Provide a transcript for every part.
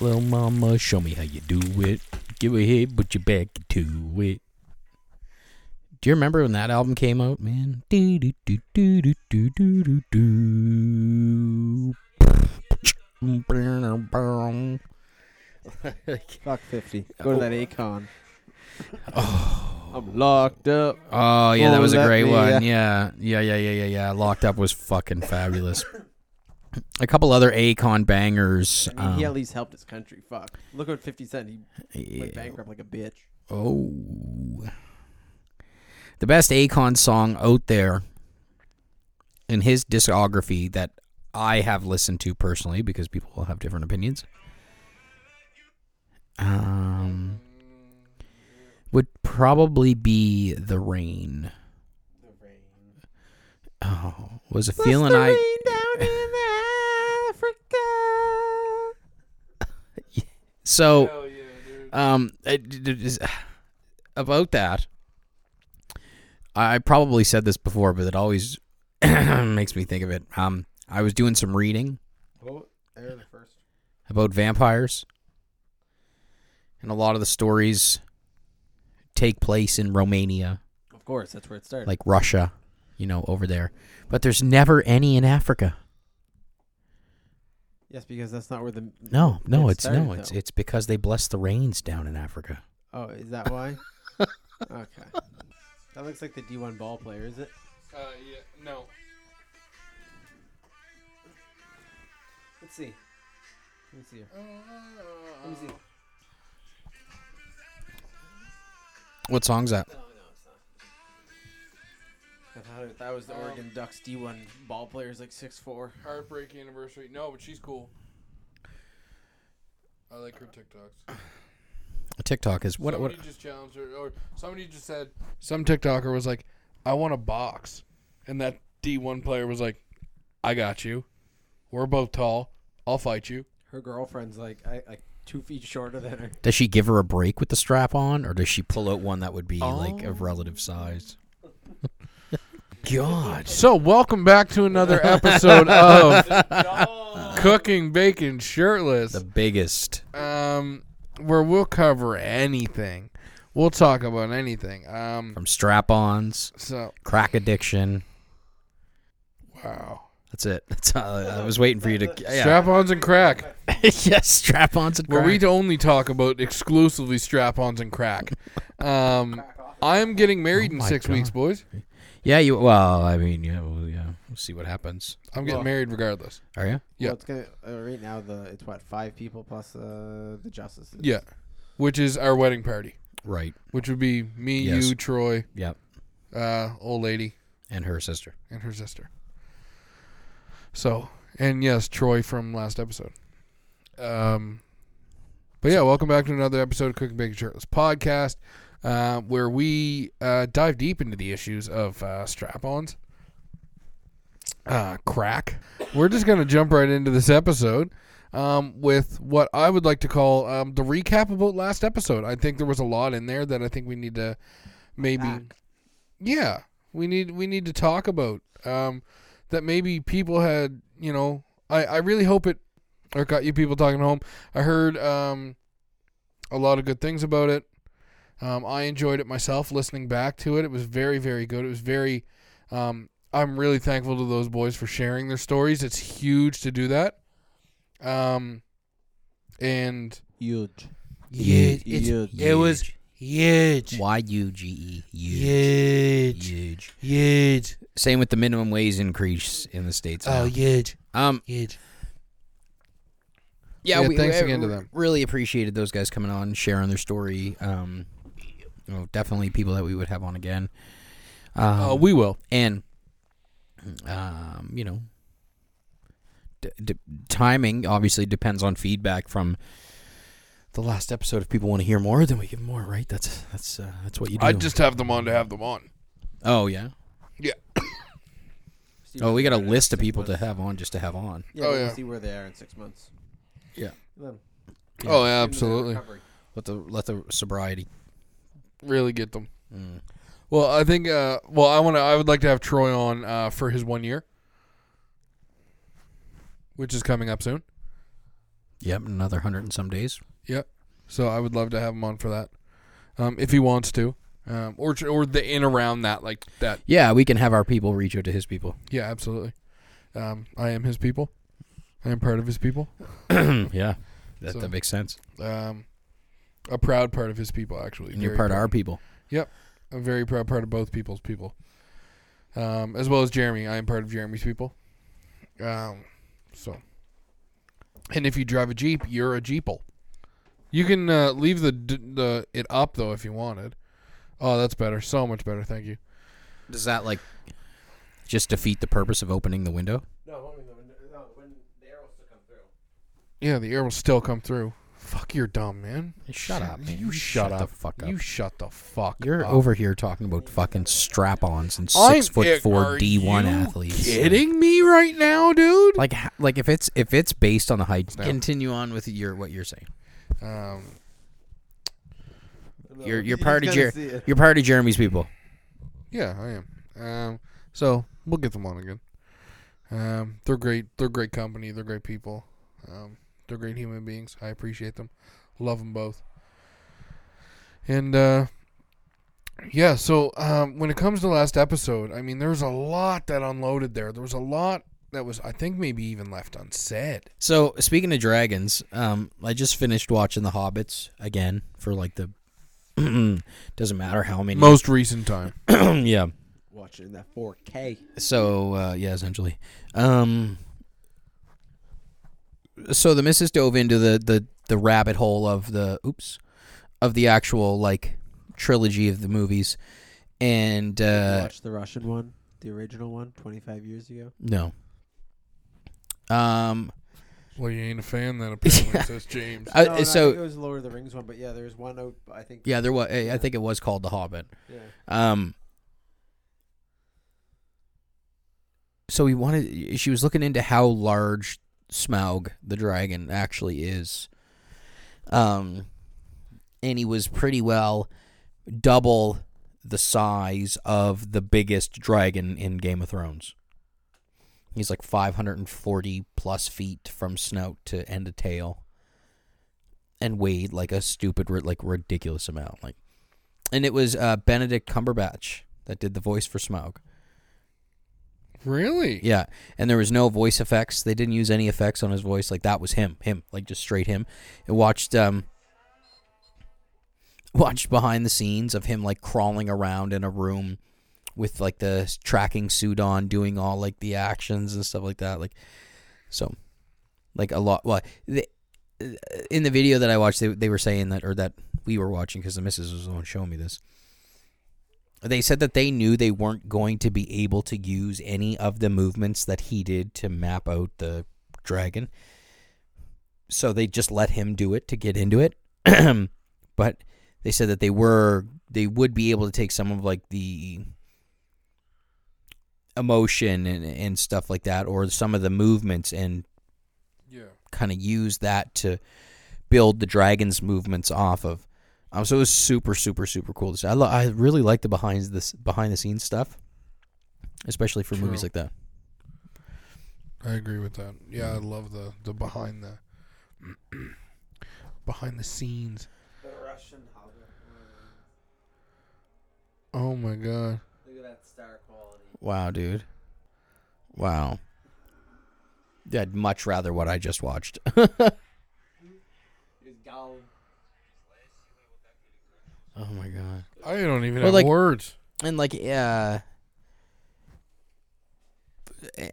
Little mama, show me how you do it. Give a hit, put your back to it. Do you remember when that album came out, man? Do do do do do do do do do. Like, Fuck 50. Go to that Oh. Akon. I'm locked up. oh yeah, that Oh, was a that- great yeah. one. Yeah, yeah, yeah, yeah, yeah, yeah. Locked up was fucking fabulous. A couple other Akon bangers. I mean, he um, at least helped his country. Fuck. Look at 50 Cent. He went bankrupt like a bitch. Oh. The best Akon song out there in his discography that I have listened to personally because people will have different opinions. Um would probably be The Rain. Oh, was a feeling I So um, it- it is- about that, I probably said this before, but it always makes me think of it. Um, I was doing some reading about vampires, and a lot of the stories take place in Romania, Of course, that's where it started. like Russia, you know, over there. But there's never any in Africa. yes, because that's not where the. No, no, It it's started, no, it's though. it's because they bless the rains down in Africa. Oh, is that why? okay. That looks like the D1 ball player, is it? Uh, yeah, no. Let's see. Let me see her. Let me see. Oh, What song's that? No, no, it's not. I thought it- that was Oh. the Oregon Ducks D1 ball player is like six four. Heartbreak anniversary. No, but she's cool. I like her TikToks. TikTok is what? What? somebody just challenged her, or somebody just said some TikToker was like, "I want a box," and that D1 player was like, "I got you. We're both tall. I'll fight you." Her girlfriend's like I, like two feet shorter than her. Does she give her a break with the strap on, or does she pull out one that would be like of relative size? God. So, welcome back to another episode of Cooking Bacon Shirtless. The biggest. um, where we'll cover anything. We'll talk about anything. Um, From strap ons, so crack addiction. wow, That's it. That's all. I was waiting for you to. Yeah. strap-ons and crack. yes, strap ons and Where crack. we only talk about exclusively strap-ons and crack. Um, I am getting married in Oh my six God. weeks, boys. yeah, you. Well, I mean, yeah, well, yeah. We'll see what happens. I'm getting Wow. married regardless. Are you? Yeah. Well, it's gonna uh, right now the it's what five people plus uh, the justices. Yeah, which is our wedding party, Right. which would be me, Yes. you, Troy, Yep. uh, old lady, And her sister. and her sister. So, and yes, Troy from last episode. Um, but yeah, welcome back to another episode of Cooking Bacon Shirtless podcast, uh, where we uh, dive deep into the issues of uh, strap-ons, uh, crack. We're just gonna jump right into this episode. Um, with what I would like to call um, the recap about last episode. I think there was a lot in there that I think we need to maybe, yeah, we need we need to talk about um, that maybe people had you know I, I really hope it or got you people talking at home i heard um, a lot of good things about it um, i enjoyed it myself listening back to it it was very very good it was very um, i'm really thankful to those boys for sharing their stories it's huge to do that um, and Huge. yeah, it's- Huge. it was huge Y U G E. Huge. huge Huge. huge Oh, Same with the minimum wage increase in the states. now. huge Um. huge yeah, Yeah, we, thanks we- again to we them. Really appreciated those guys coming on, sharing their story. Um, you know, definitely people that we would have on again. Um, uh, we will and um, you know, d- d- timing obviously depends on feedback from the last episode. If people want to hear more, then we give more. Right? That's that's uh, that's what you do. I just have them on to have them on. oh yeah. Yeah. See Oh, where we got a they are in list of six people to months. have on just to have on. Yeah, Oh, we'll yeah. see where they are in six months. Yeah. Let 'em- Oh, yeah, give 'em the absolutely. recovery. Let the let the sobriety. mm, Really get them. Well, I think. Uh, well, I want to. I would like to have Troy on uh, for his one year, which is coming up soon. Yep, another hundred and some days. So I would love to have him on for that, um, if he wants to, um, or tr- or the in around that like that. Yeah, we can have our people reach out to his people. Yeah, absolutely. Um, I am his people. I am part of his people. yeah, that, So- that makes sense. Um, a proud part of his people, actually. And you're Very part of proud. our people. I'm very proud part of both people's people, um, as well as Jeremy. I am part of Jeremy's people. Um, so, and if you drive a jeep, you're a jeeple. You can uh, leave the d- the it up though if you wanted. Oh, that's better. So much better. Thank you. Does that like just defeat the purpose of opening the window? No, when, no, when the arrows still come through. Yeah, the air will still come through. Fuck, you're dumb, man. Shut up, man. You shut, the up. fuck up. You shut the fuck You're up. over here talking about fucking strap-ons and 6 I'm- foot are four D one you athletes. Kidding me right now, dude? Like, ha- like if it's if it's based on the height, continue on with your what you're saying. Um, You're you're You part of just Jer- gotta see it. you're part of Jeremy's people. Yeah, I am. Um, so we'll get them on again. Um, they're great. They're great company. They're great people. Um, they're great human beings. I appreciate them. Love them both. And uh, yeah, so um, when it comes to last episode, I mean, there was a lot that unloaded there. There was a lot that was, I think, maybe even left unsaid. So speaking of dragons, um, I just finished watching The Hobbits again for like the doesn't matter how many. Most recent time. yeah. Watching that 4K. So uh, yeah, essentially. Um, so the missus dove into the, the the rabbit hole of the oops of the actual like trilogy of the movies, and uh, Watch the Russian one, the original one, 25 years ago. no. Um. Well, you ain't a fan then, apparently, Yeah. says James. I- No, no, I think so it was Lord of the Rings one, but yeah, there's one out. I think. yeah, there was. I I think it was called The Hobbit. Yeah. Um. So he wanted. She was looking into how large Smaug the dragon actually is. Um, and he was pretty well double the size of the biggest dragon in Game of Thrones. He's like 540 plus feet from snout to end of tail, and weighed like a stupid, ri- like ridiculous amount. Like and it was uh, Benedict Cumberbatch that did the voice for Smaug. Really? Yeah, and there was no voice effects. They didn't use any effects on his voice. Like that was him, him, like just straight him. And watched um watched behind the scenes of him like crawling around in a room with like the s- tracking suit on, doing all like the actions and stuff like that. Like so, like a lot. Well, the, uh, in the video that I watched, they they were saying that or that we were watching because the missus was the one showing me this. They said that they knew they weren't going to be able to use any of the movements that he did to map out the dragon. So they just let him do it to get into it. but they said that they were they would be able to take some of like the emotion and, and stuff like that or some of the movements and Yeah. kind of use that to build the dragon's movements off of. Um, so it was super, super, super cool to see. I, lo- I really like the behind this behind the scenes stuff, especially for movies True. like that. I agree with that. Mm. Yeah, I love the the behind the behind the scenes. The Russian Hobbit. Oh my god. Look at that star quality. Wow, dude. Wow. I'd much rather what I just watched. oh It's Gollum. Oh my god. I don't even Well, have like- words. and like uh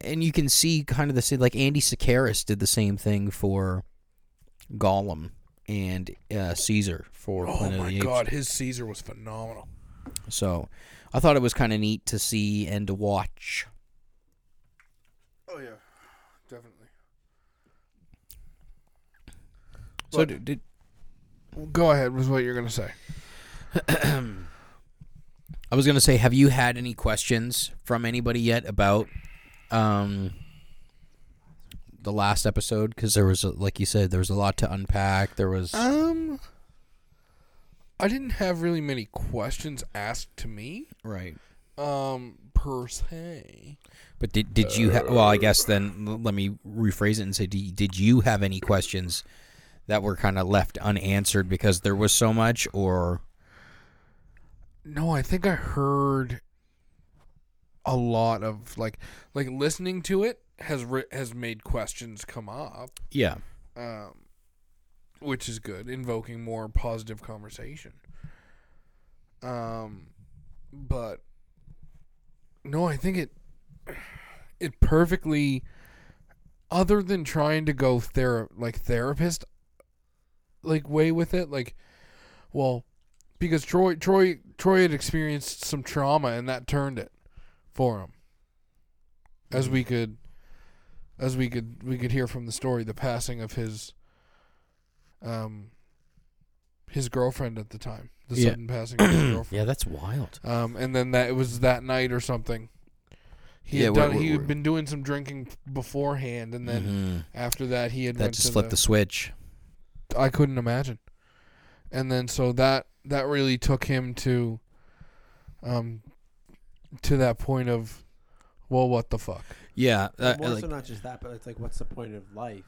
and you can see kind of the same like andy Sakaris did the same thing for gollum and uh caesar for Oh Planet of my the Apes. god, his Caesar was phenomenal. so i thought it was kind of neat to see and to watch Oh yeah. Definitely. so But- did, did Go ahead with what you're going to say. i was gonna say have you had any questions from anybody yet about um the last episode because there was a, like you said there was a lot to unpack there was Um I didn't have really many questions asked to me. right um, per se. But did did you? Ha- well, I guess then l- let me rephrase it and say, did, did you have any questions that were kind of left unanswered because there was so much, or No, I think I heard a lot of like like listening to it has ri- has made questions come up, yeah, um, which is good, invoking more positive conversation. Um, but no, I think it it perfectly. Other than trying to go thera like therapist, like way with it, like, well, because Troy Troy Troy had experienced some trauma and that turned it for him. As we could as we could we could hear from the story, the passing of his um his girlfriend at the time. The Yeah. sudden passing of his girlfriend. yeah, that's wild. Um and then that it was that night or something. He Yeah, had we're- done we're- he we're- had been doing some drinking beforehand and then Mhm. after that he had That went just to flipped the, switch. I couldn't imagine. And then so that that really took him to um to that point of well what the fuck. Yeah, uh, More like- so not just that, but it's like, what's the point of life?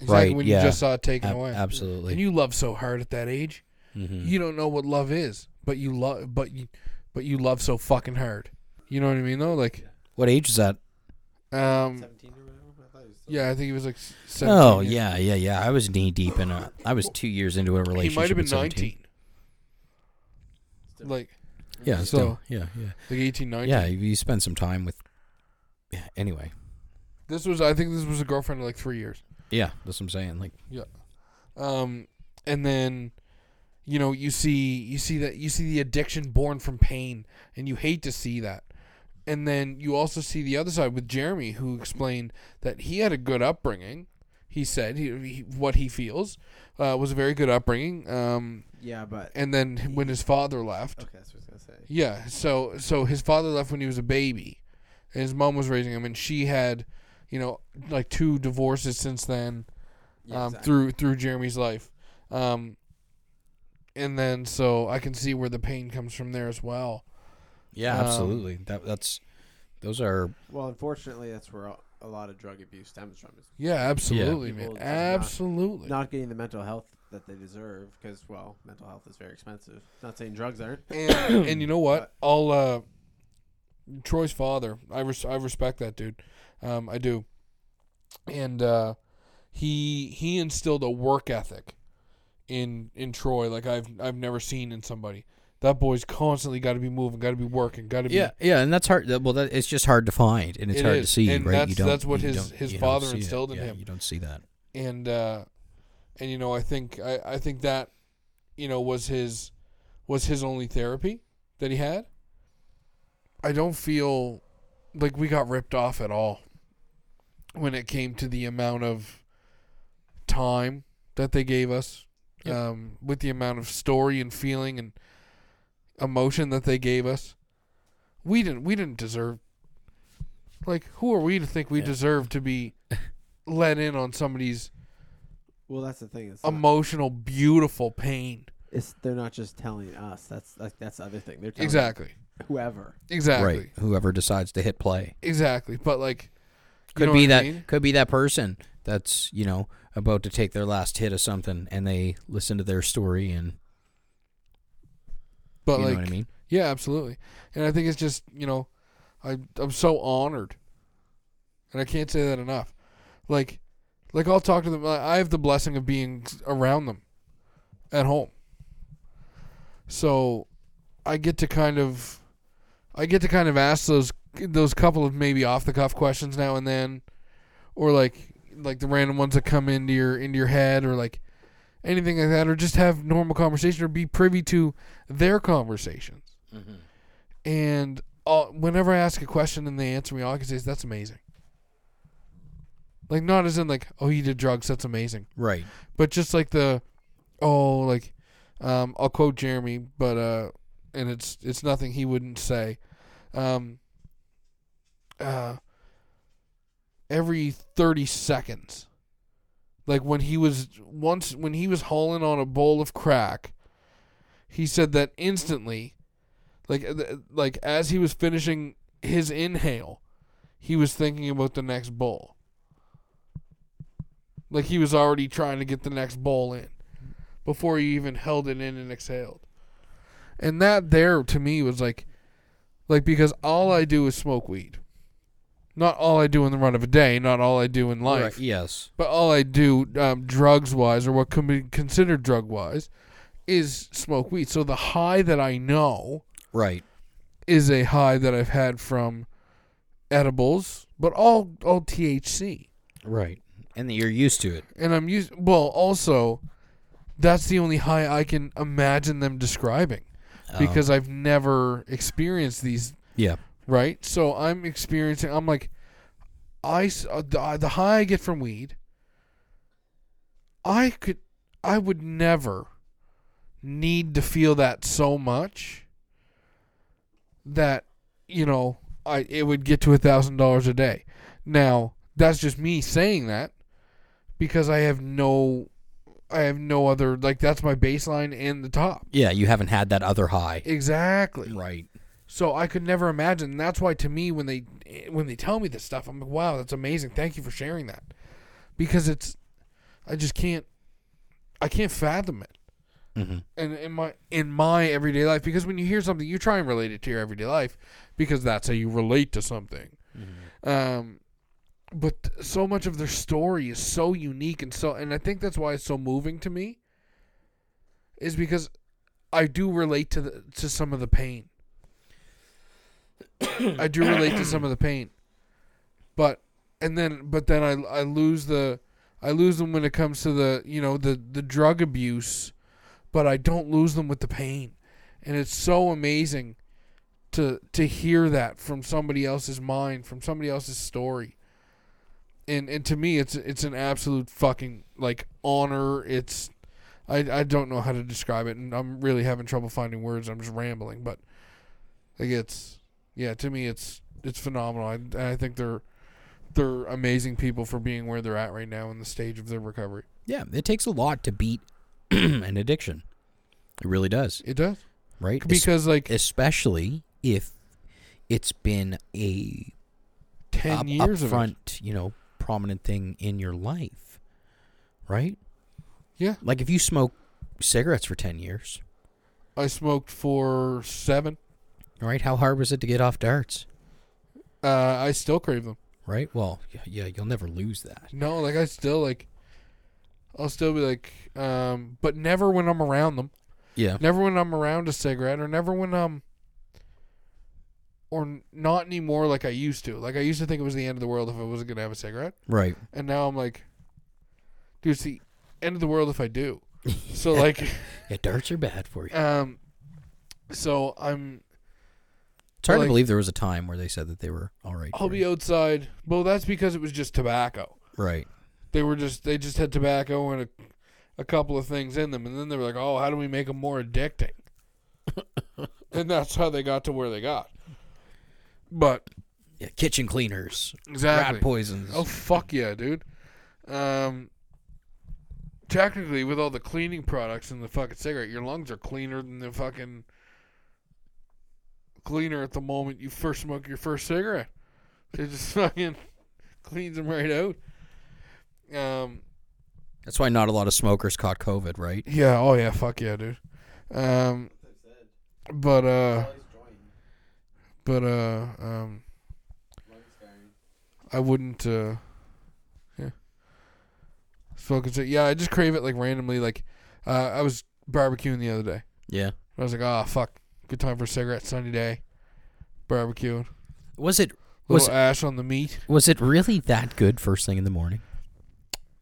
It's Right, Like when yeah. you just saw it taken ab- away. absolutely. And you love so hard at that age. Mhm. You don't know what love is, but you love but you but you love so fucking hard. You know what I mean though? Like What age is that? Mm. um Seventeen or whatever. I thought he was still- yeah, I think he was like s- 17. Oh yeah, yeah, yeah. I was knee deep in a. I was two years into a relationship. He might have been at 17. 19. still- Like Yeah, So- still, yeah, yeah, like 18, 19. yeah. You you spend some time with. Yeah, anyway, This was I think this was a girlfriend of like 3 years. yeah, that's what I'm saying. Like, um, and then you know you see you see that you see the addiction born from pain and you hate to see that and then you also see the other side with jeremy who explained that he had a good upbringing he said he, he, what he feels uh, was a very good upbringing um, yeah, but and then when his father left okay, that's what I was gonna say. yeah, so so his father left when he was a baby, and his mom was raising him, and she had, you know, like two divorces since then, Yeah, um, exactly. through through Jeremy's life, um, and then so I can see where the pain comes from there as well. yeah, Um, absolutely. That that's. Those are Well, unfortunately, that's where a- a lot of drug abuse stems from. Is Yeah, absolutely, People man, just not- absolutely. not getting the mental health that they deserve because, well, mental health is very expensive. Not saying drugs aren't. and, and you know what? I'll uh, Troy's father. I res- I respect that dude. Um, I do. And uh, he he instilled a work ethic in in Troy like I've I've never seen in somebody. That boy's constantly got to be moving, got to be working, got to be yeah, yeah, and that's hard. that- Well, that it's just hard to find, and it's It hard to is, see, and right? you that's- don't. that's what you his- don't- his you don't father see it. instilled in Yeah, him. You don't see that. and uh, and you know I think I, I think that you know was his was his only therapy that he had. I don't feel like we got ripped off at all when it came to the amount of time that they gave us, Yep. um, with the amount of story and feeling and emotion that they gave us. We didn't we didn't deserve like who are we to think we Yeah. deserve to be let in on somebody's Well, that's the thing. It's, not- emotional, beautiful pain. it's they're not just telling us. That's like that's the other thing. They're telling Exactly. whoever. Exactly. Right. Whoever decides to hit play Exactly. But like you could know what be I that. mean? Could be that person that's you know about to take their last hit of something, and they listen to their story, and But you like know what I mean. yeah, absolutely. And I think it's just, you know, I I'm so honored. And I can't say that enough. Like like I'll talk to them I I have the blessing of being s- around them at home. So I get to kind of I get to kind of ask those those couple of maybe off the cuff questions now and then, or like like the random ones that come into your into your head, or like anything like that, or just have normal conversation, or be privy to their conversations. And uh, whenever I ask a question and they answer me, all I can say is that's amazing. Like not as in like oh he did drugs that's amazing Right. but just like the oh like um I'll quote Jeremy but uh and it's it's nothing he wouldn't say um uh every 30 seconds like when he was once when he was hauling on a bowl of crack he said that instantly like uh, th- like as he was finishing his inhale, he was thinking about the next bowl. Like he was already trying to get the next bowl in before he even held it in and exhaled. And that there to me was like like because all I do is smoke weed. Not all I do in the run of a day, not all I do in life. Right, yes. But all I do, um, drugs wise, or what could be considered drug wise, is smoke weed. So the high that I know Right. is a high that I've had from edibles, but all all THC, Right. And that you're used to it. and I'm used. Well, also, that's the only high I can imagine them describing Um, because I've never experienced these yeah. right? So I'm experiencing. I'm like, I s- uh, the, uh, the high I get from weed. I could, I would never need to feel that so much. That you know, I it would get to a thousand dollars a day. Now that's just me saying that because I have no. I have no other like that's my baseline and the top. Yeah, you haven't had that other high. Exactly. Right. So I could never imagine. And that's why to me when they when they tell me this stuff, I'm like, wow, that's amazing. Thank you for sharing that. Because it's I just can't I can't fathom it. Mm-hmm. And in my in my everyday life, because when you hear something, you try and relate it to your everyday life, because that's how you relate to something. Um, but so much of their story is so unique and so, and I think that's why it's so moving to me. Is because I do relate to the, to some of the pain. I do relate to some of the pain, but and then but then I I lose the I lose them when it comes to the you know the the drug abuse, but I don't lose them with the pain, and it's so amazing to to hear that from somebody else's mind, from somebody else's story. And and to me, it's it's an absolute fucking like honor. It's I I don't know how to describe it, and I'm really having trouble finding words. I'm just rambling, but like it's yeah. To me, it's it's phenomenal. I and I think they're they're amazing people for being where they're at right now in the stage of their recovery. Yeah, it takes a lot to beat an addiction. It really does, It does right? Es- because like especially if it's been a ten up, years of it. upfront, you know, prominent thing in your life, right? Yeah. Like if you smoke cigarettes for ten years, I smoked for seven. right? How hard was it to get off darts, Uh, I still crave them. right? Well, y- yeah, you'll never lose that. No, like I still like I'll still be like um but never when I'm around them. Yeah, Never when I'm around a cigarette or never when um or n- not anymore like I used to. Like I used to think it was the end of the world if I wasn't going to have a cigarette. right. And now I'm like dude, it's the end of the world if I do. So like Yeah, darts are bad for you. um so I'm It's hard like- to believe there was a time where they said that they were all right. I'll for be you. outside. Well, that's because it was just tobacco. right. they were just they just had tobacco and a, a couple of things in them and then they were like oh how do we make them more addicting and that's how they got to where they got but Yeah, kitchen cleaners, exactly rat poisons. oh fuck yeah dude um technically with all the cleaning products in the fucking cigarette your lungs are cleaner than the fucking cleaner at the moment you first smoke your first cigarette it just fucking cleans them right out um That's why not a lot of smokers caught COVID, right? Yeah. Oh yeah. Fuck yeah, dude. Um, but uh, but uh, um, I wouldn't. Uh, yeah. Smoking cig- Yeah, I just crave it like randomly. Like, uh, I was barbecuing the other day. Yeah. I was like, ah, fuck, good time for a cigarette. Sunny day, barbecuing. Was it Was Little ash on the meat. was it really that good first thing in the morning?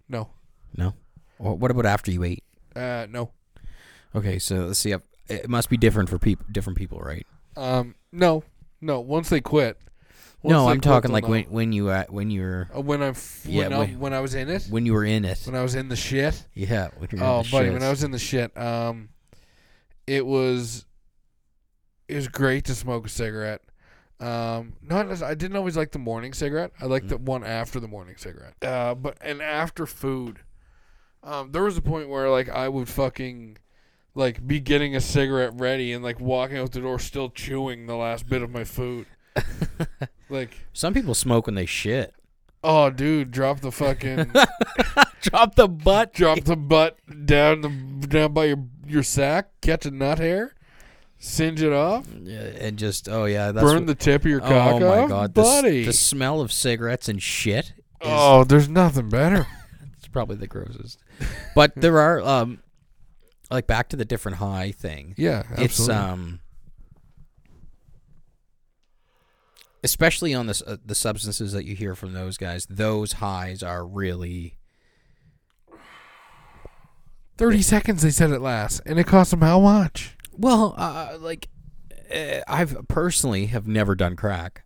No. No. Or what about after you ate? Uh, no. Okay, so let's see. I've- It must be different for people, different people, right? Um, no, no. Once they quit. once no, they I'm quit, talking they'll like know. when when you uh, when you're Uh, when I f- Yeah, when, I- when- when I was in it. when you were in it. when I was in the shit. Yeah. When you're in Oh, the buddy, when shits. I was in the shit, um, it was it was great to smoke a cigarette. Um, not as, I didn't always like the morning cigarette. I Mm. liked the one after the morning cigarette. Uh, but and after food, um, there was a point where like I would fucking like be getting a cigarette ready and like walking out the door still chewing the last bit of my food. like, Some people smoke when they shit. oh dude, drop the fucking Drop the butt. drop the butt down the down by your your sack, catch a nut hair, singe it off, Yeah, and just oh yeah, that's burn the tip of your cock oh my off, god, the s- buddy. The, smell of cigarettes and shit is oh, there's nothing better. it's probably the grossest. But there are um, like back to the different high thing. Yeah, absolutely. It's um, especially on the s- uh, the substances that you hear from those guys. Those highs are really Thirty seconds they said it last, and it cost them how much? well, uh, like uh, I've personally have never done crack.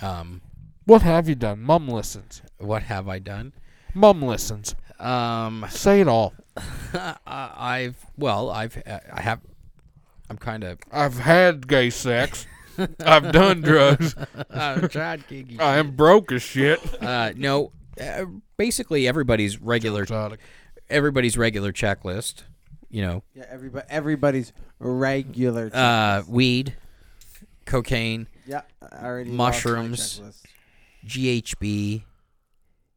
Um, What have you done? Mum listens. what have I done? Mum listens. Um, Say it all. I- I've well, I've uh, I have, I'm kind of I've had gay sex. I've done drugs. I'm tried kinky. I am broke as shit. Uh, no, uh, basically everybody's regular Exotic. everybody's regular checklist. You know, Yeah, everybody, everybody's regular. uh, weed, cocaine, yeah, I already lost my mushrooms. checklist. GHB,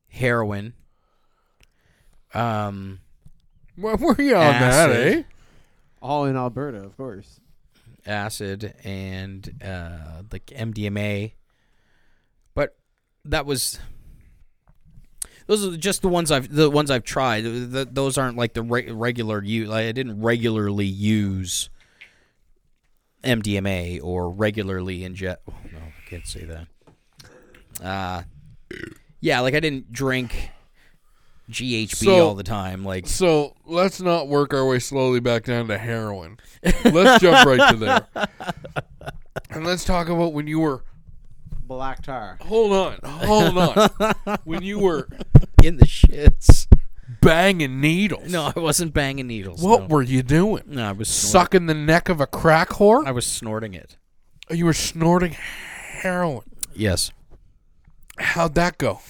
heroin. Um, Where were you on that, Acid. eh? All in Alberta, of course. acid and uh, like MDMA. But that was those are just the ones I've the ones I've tried. Th- th- those aren't like the re- regular use. Like I didn't regularly use MDMA or regularly inject. Oh, no, I can't say that. Uh, yeah, like I didn't drink GHB So- all the time. Like So let's not work our way slowly back down to heroin. Let's jump right to there. And let's talk about when you were. Black tar. Hold on. Hold on. When you were in the shits. banging needles. No, I wasn't banging needles. What no. were you doing? No, I was snorting. Sucking the neck of a crack whore? I was snorting it. You were snorting heroin. Yes. How'd that go?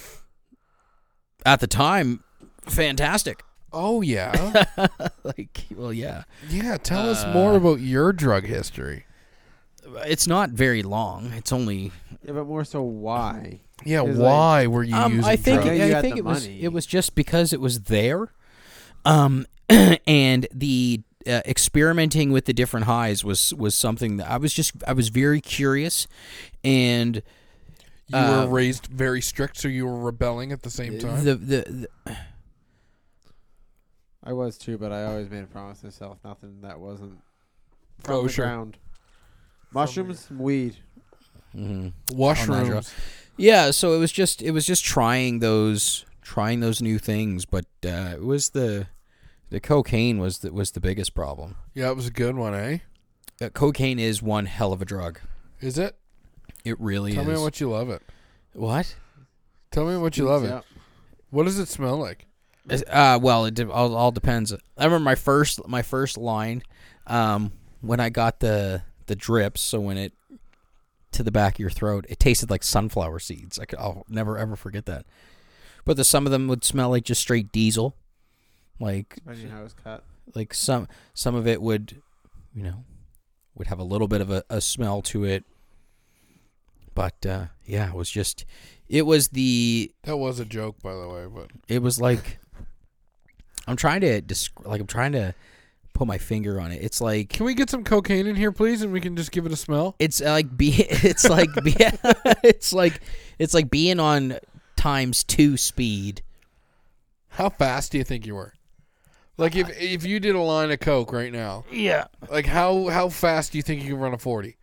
At the time, fantastic. Oh, yeah. Like, well, yeah. yeah, tell Uh, us more about your drug history. It's not very long. It's only. Yeah, but more so why? Yeah, It's why were you Um, using I think drugs. Yeah, you I got think the it was money. it was just because it was there, um, and the uh, experimenting with the different highs was was something that I was just I was very curious, and You Uh, were raised very strict, so you were rebelling at the same time. the, the the I was too, but I always made a promise to myself nothing that wasn't from Oh, the sure. ground. Mushrooms, weed. Mhm. Nigel. Washrooms. Yeah, so it was just it was just trying those trying those new things, but uh, it was the the cocaine was the, was the biggest problem. yeah, it was a good one, eh? Uh, cocaine is one hell of a drug. Is it? It really Tell is. me how much you love it. what? Tell me how much you love it. Yeah. What does it smell like? Uh, well, it de- all, all depends. I remember my first my first line um, when I got the the drips. So when it to the back of your throat, it tasted like sunflower seeds. I could, I'll never ever forget that. But the, some of them would smell like just straight diesel, like Imagine how it was cut. like some some of it would you know would have a little bit of a, a smell to it but uh yeah it was just it was the That was a joke, by the way, but it was like i'm trying to descri- like i'm trying to put my finger on it it's like can we get some cocaine in here, please, and we can just give it a smell? it's like be it's like be, it's like it's like being on times two speed How fast do you think you were? Like if if you did a line of coke right now, yeah like how how fast do you think you can run a forty?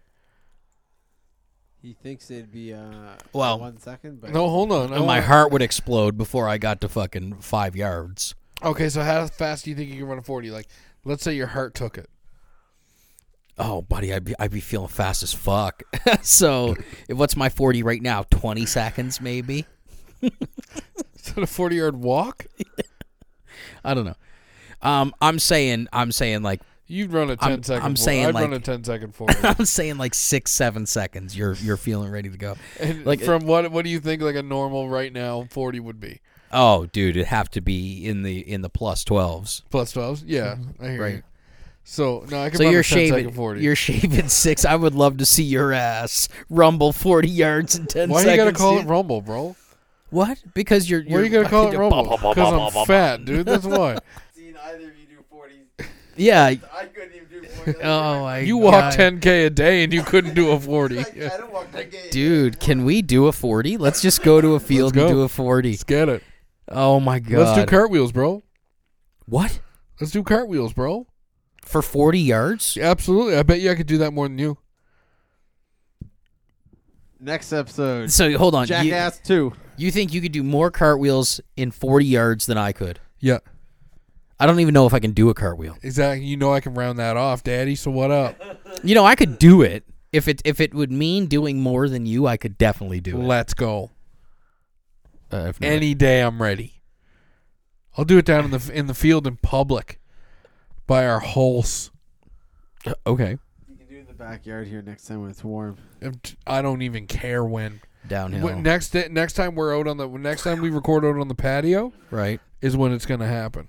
He thinks it'd be uh Well- one second, but No, hold on. Oh, I my wanna- heart would explode before i got to fucking five yards Okay, so how fast do you think you can run a forty? Like, let's say your heart took it. Oh, buddy, I'd be, I'd be feeling fast as fuck. so, what's my 40 right now? 20 seconds, maybe? Is that a forty yard walk? I don't know. Um, I'm saying, I'm saying like, You'd run a 10 I'm- second I'm for- saying, I'd like- run a 10 second forty. I'm saying like six, seven seconds. You're, you're feeling ready to go. and Like, from what what do you think like a normal right now forty would be? Oh, dude, it'd have to be in the, in the plus 12s. Plus twelves? Yeah. I hear Mm-hmm. Right. you. So no, I can So run you're a 10 second shaving. 40. You're shaving six. I would love to see your ass rumble forty yards in ten Why seconds. you gotta call it Rumble, bro? What? Because you're. Why you're are you gonna call it Rumble? Because I'm fat, dude. That's why. Seen either of you do 40. Yeah. I couldn't even do 40. Oh my. You walk God. 10k a day and you couldn't do a 40. Like, I don't walk that gate. Dude, can we do a forty? Let's just go to a field and go. do a forty. Let's get it. Oh my god. Let's do cartwheels, bro. what? Let's do cartwheels, bro. For forty yards? Absolutely. I bet you I could do that more than you. Next episode. So hold on. You, Jackass 2. you think you could do more cartwheels in forty yards than I could? Yeah, I don't even know if I can do a cartwheel. exactly. You know I can round that off, Daddy. So what up? You know, I could do it. If it if it would mean doing more than you, I could definitely do it. Let's go. Uh, if not- Any day I'm ready. I'll do it down in the in the field in public, by our holes. okay. You can do the backyard here next time when it's warm. If- I don't even care when. Downhill. When- Next day, next time we're out on the next time we record out on the patio right. is when it's gonna happen.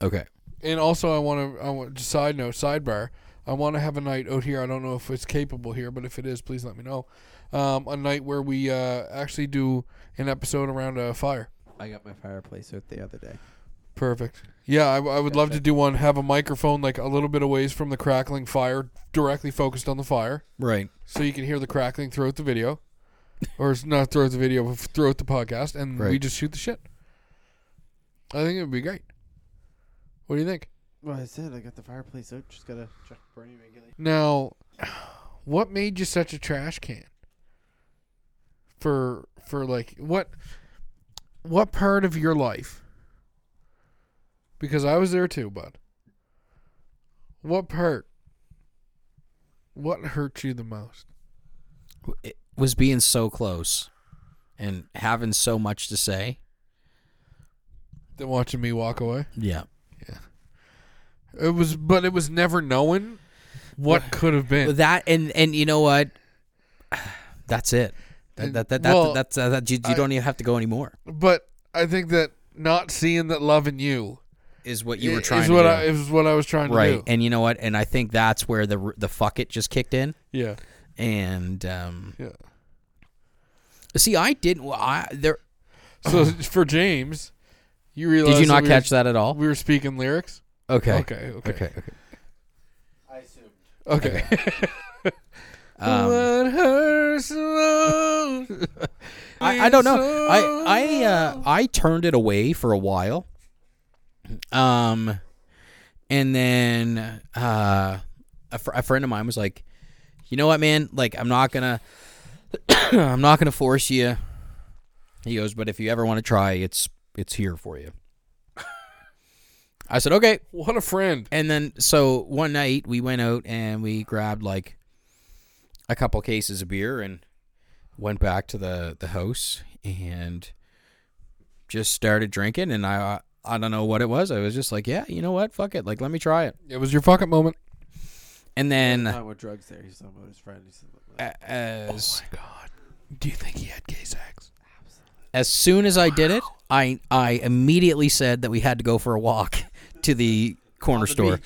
Okay. And also, I want to. I want just side note, sidebar. I want to have a night out here. I don't know if it's capable here, but if it is, please let me know. Um, a night where we uh, actually do an episode around a fire. I got my fireplace out the other day. Perfect. Yeah, I, I would love to do one. Have a microphone like a little bit of ways from the crackling fire, directly focused on the fire, Right. so you can hear the crackling throughout the video, or it's not throughout the video, but throughout the podcast, and we Right. just shoot the shit. I think it would be great. What do you think? Well, I said I got the fireplace out. Just gotta check burning regulation. Now, what made you such a trash can? For for like what what part of your life? Because I was there too, bud. What part? What hurt you the most? It was being so close and having so much to say. Than watching me walk away. Yeah. It was, but it was never knowing what could have been. That and and you know what? That's it. That that that, that, Well, that's uh, that you, you I- don't even have to go anymore. But I think that not seeing that love in you, Is what you were is trying what to I, do. is what I was trying to right. do. And you know what? And I think that's where the r- the fuck it just kicked in. Yeah, And um, yeah. see, I didn't. well, I there. So for James, you realize Did you not we catch were, that at all? We were speaking lyrics. Okay. Okay. Okay. Okay. I assumed. Um, what hurts most I, I don't know. is I I uh, I turned it away for a while. Um, and then uh, a, fr- a friend of mine was like, "You know what, man? Like, I'm not gonna, I'm not gonna force you." He goes, "But if you ever want to try, it's it's here for you." I said, "Okay." What a friend. And then so one night we went out and we grabbed like a couple cases of beer and went back to the the house and just started drinking and I I don't know what it was. I was just like, yeah, you know what? Fuck it. Like let me try it. It was your fucking moment. And uh, That's then not what drugs there. He's talking about his friend. He's like, a- as God. Do you think he had gay sex? as soon as I did it, I I immediately said that we had to go for a walk to the corner store.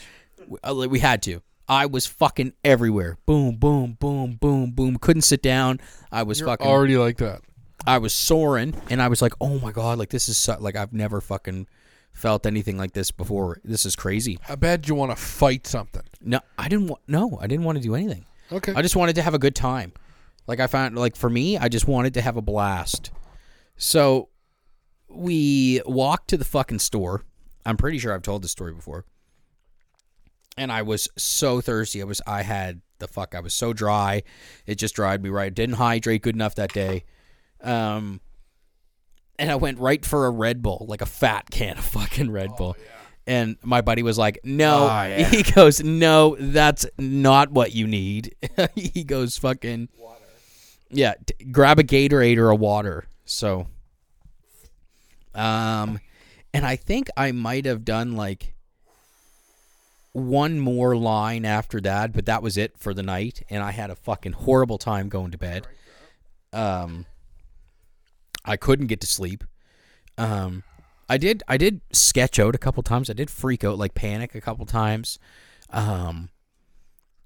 We, uh, we had to. I was fucking everywhere. Boom, boom, boom, boom, boom. Couldn't sit down. I was You're fucking. already like that. I was soaring, and I was like, "Oh my god! Like this is so, like I've never fucking felt anything like this before. This is crazy." I bet you want to fight something. No, I didn't want. No, I didn't want to do anything. Okay. I just wanted to have a good time. Like I found, like for me, I just wanted to have a blast. So we walked to the fucking store. I'm pretty sure I've told this story before. And I was so thirsty. I was, I had the fuck. I was so dry. It just dried me right. Didn't hydrate good enough that day. Um, and I went right for a Red Bull, like a fat can of fucking Red Bull. And my buddy was like, "No," Oh, Ah, yeah. he goes, "No, that's not what you need." he goes, "Fucking yeah, t- grab a Gatorade or a water." So, um, and I think I might have done like one more line after that, but that was it for the night, and I had a fucking horrible time going to bed. Um, I couldn't get to sleep. Um, I did I did sketch out a couple times. I did freak out like panic a couple times. Um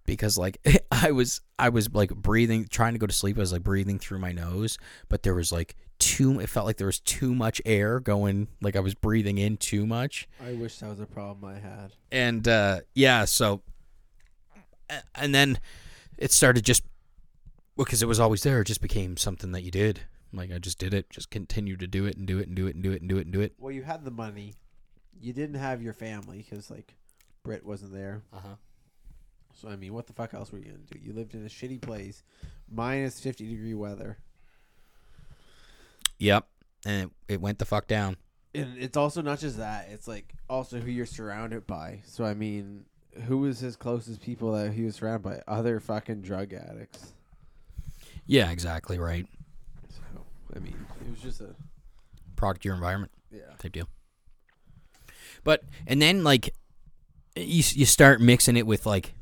because like I was I was like breathing trying to go to sleep. I was like breathing through my nose, but there was like too it felt like there was too much air going like I was breathing in too much. I wish that was a problem I had. And uh yeah, so a- and then it started just because it was always there, it just became something that you did. Like I just did it, just continued to do it and do it and do it and do it and do it and do it. Well, you had the money. You didn't have your family because like Britt wasn't there. Uh-huh. So I mean, what the fuck else were you gonna do? You lived in a shitty place, minus fifty degree weather, Yep. And it, it went the fuck down. and it's also not just that. It's like also who you're surrounded by. So I mean, who was his closest people that he was surrounded by? Other fucking drug addicts. Yeah, exactly right. So I mean, it was just a Product your environment yeah. type deal. But and then like you you start mixing it with like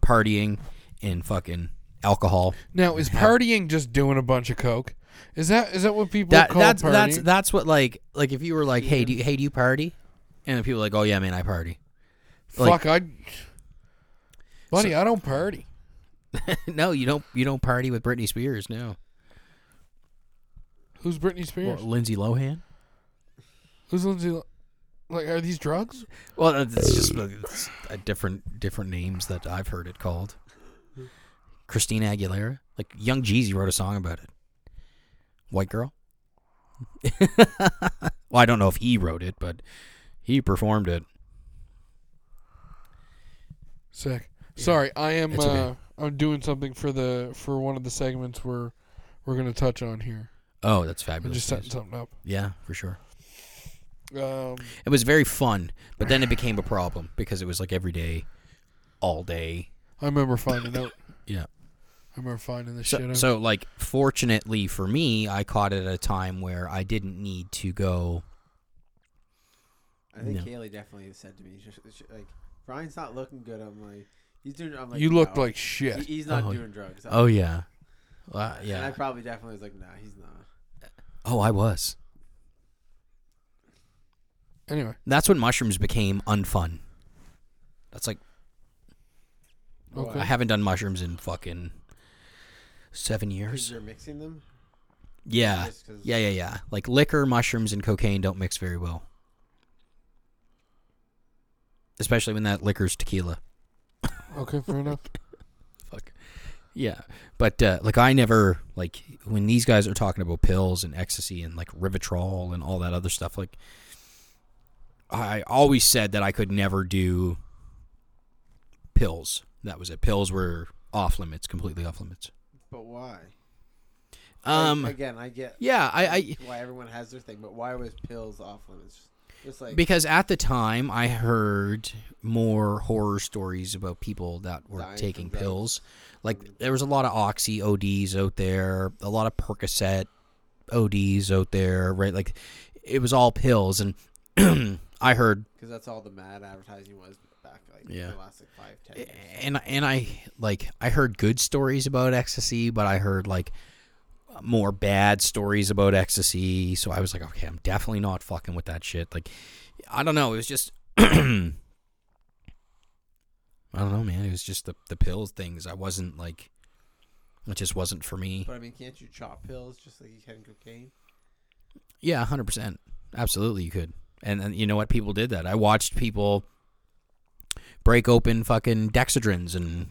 partying and fucking alcohol. Now is Hell. partying just doing a bunch of coke? Is that is that what people That call that's partying? that's that's what like like if you were like hey do you, hey do you party? And the people are like oh yeah man I party. like- Fuck, I. Buddy, I don't party. no you don't you don't party with Britney Spears no. Who's Britney Spears? Lindsay Lohan. Who's Lindsay? Lo- Like, are these drugs? Well, it's just uh, it's a different different names that I've heard it called. Christina Aguilera, like Young Jeezy wrote a song about it. White girl. well, I don't know if he wrote it, but he performed it. Sick. Sorry, I am. It's okay. Uh, I'm doing something for the for one of the segments we're we're gonna touch on here. Oh, that's I'm fabulous. just setting news. something up. Yeah, for sure. Um, It was very fun, but then it became a problem because it was like every day, all day. I remember finding out. Yeah. I remember finding this shit So, out. so like fortunately for me, I caught it at a time where I didn't need to go. I think No. Kaylee definitely said to me, she's just, she- like, Brian's not looking good. I'm like, he's doing. I'm like, you looked "No, like shit. he- he's not Oh, doing drugs. Oh yeah, Uh, And I yeah. probably definitely was like, nah, he's not. Oh, I was. Anyway, That's when mushrooms became unfun. That's like Okay. Oh, I haven't done mushrooms in fucking seven Because years. you're mixing them. Yeah, Just 'cause- yeah, yeah, yeah. Like liquor, mushrooms, and cocaine don't mix very well, especially when that liquor's tequila. okay, fair enough. Fuck. Yeah, but uh, like I never like when these guys are talking about pills and ecstasy and like Rivitrol and all that other stuff. Like I always said that I could never do pills. That was it. Pills were off limits, completely off limits. But why? Um. Like, again, I get yeah, I, why everyone has their thing, but why was pills off limits? Just I like because at the time I heard more horror stories about people that were Dying taking from drugs. pills. Like there was a lot of oxy ODs out there, a lot of Percocet ODs out there, right? Like it was all pills, and I heard because that's all the mad advertising was back like Yeah. the last like five ten. Years. and and I like I heard good stories about ecstasy, but I heard like more bad stories about ecstasy. So I was like, okay, I'm definitely not fucking with that shit. Like, I don't know. It was just, I don't know, man. It was just the the pills things. I wasn't like, it just wasn't for me. But I mean, can't you chop pills just like you can cocaine? Yeah, hundred percent. Absolutely, you could. And and you know what? People did that. I watched people break open fucking dexedrins and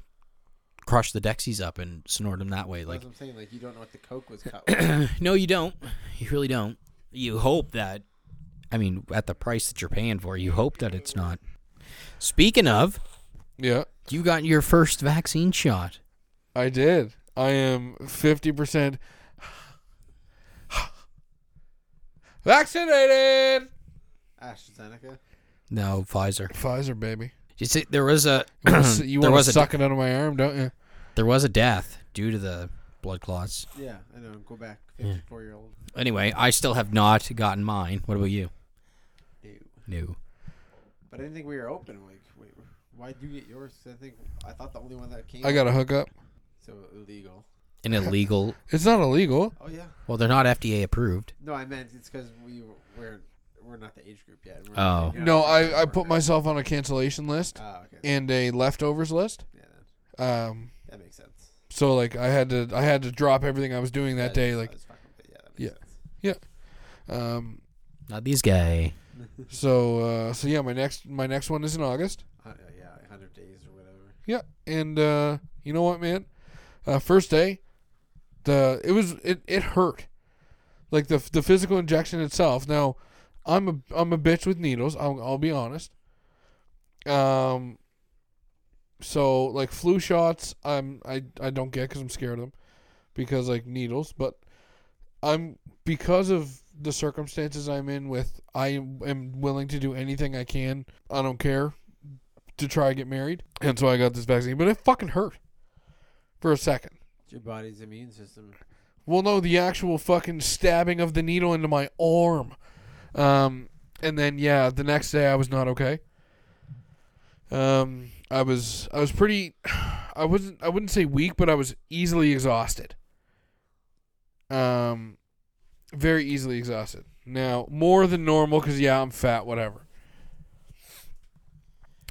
crush the dexies up and snort them that way. Like, That's what I'm saying. Like you don't know what the coke was cut. with. no, you don't. You really don't. You hope that. I mean, at the price that you're paying for, you hope that it's not. Speaking of, Yeah, you got your first vaccine shot. I did. I am fifty percent vaccinated. AstraZeneca. No, Pfizer. Pfizer, baby. You see, there was a You wanna s- You there want was to a suck it out of my arm, don't you? there was a death due to the blood clots. Yeah, I know. Go back. Fifty-four year old. Anyway, I still have not gotten mine. What about you? Ew. No. But I didn't think we were open. Like, wait, why'd you get yours? 'Cause I think I thought the only one that came. I got a hookup. so illegal. An illegal. It's not illegal. Oh yeah. Well, they're not FDA approved. No, I meant it's because we were- we're we're not the age group yet. We're Oh. not- No, I, I put myself on a cancellation list Oh, okay. and a leftovers list. yeah, that, Um, that makes sense. so like I had to I had to drop everything I was doing that day. is- Like, is fucking- yeah, that Yeah. makes sense. um, Not these guy. so uh, so yeah, my next my next one is in August. Hun- yeah, like hundred days or whatever. Yeah, and uh, you know what, man? Uh, first day, the it was it, it hurt, like the the physical injection itself. Now, I'm a I'm a bitch with needles. I'll I'll be honest. Um. So like flu shots, I'm I I don't get because I'm scared of them, because like needles. But I'm because of the circumstances I'm in with, I am willing to do anything I can. I don't care to try and get married, and so I got this vaccine. But it fucking hurt for a second. It's your body's immune system. Well, no, the actual fucking stabbing of the needle into my arm. Um, and then yeah, the next day I was not okay. Um, I was I was pretty, I wasn't I wouldn't say weak, but I was easily exhausted. Um, very easily exhausted. Now more than normal because yeah, I'm fat, whatever.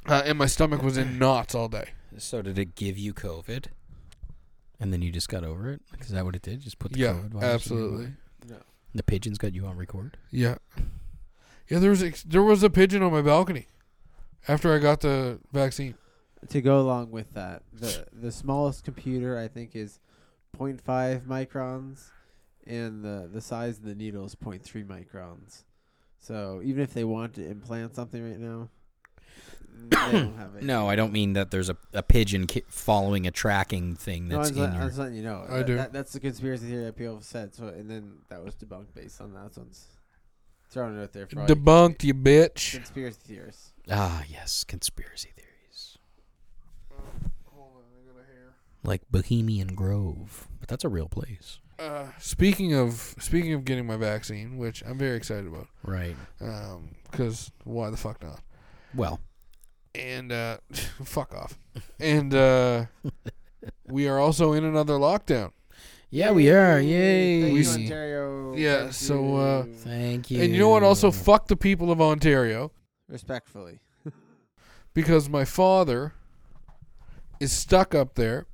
Uh, and my stomach was in knots all day. So did it give you COVID? And then you just got over it? Is that what it did? Just put the yeah, COVID virus in your absolutely. body? No. The pigeons got you on record. Yeah. Yeah, there was ex- there was a pigeon on my balcony after I got the vaccine. To go along with that, the the smallest computer I think is 0.5 microns, and the the size of the needle is 0.3 microns. So even if they want to implant something right now, they don't have it. No, I don't mean that there's a, a pigeon ki- following a tracking thing No, I'm, that's just, let- in I'm your. just letting you know. I That- do. That, that's the conspiracy theory that people have said. So, and then that was debunked based on that. So, it's throwing it out there for all you Debunked, you bitch. conspiracy theorists. ah, yes, conspiracy theories. Like Bohemian Grove. But that's a real place. Uh, speaking of speaking of getting my vaccine, which I'm very excited about, Right. um, because why the fuck not? Well, And uh, fuck off. And uh, we are also in another lockdown. yeah, we are. Thank Yay. you, We- Ontario. yeah, Thank so, uh, you. Thank you. And you know what? Also, fuck the people of Ontario respectfully, because my father is stuck up there,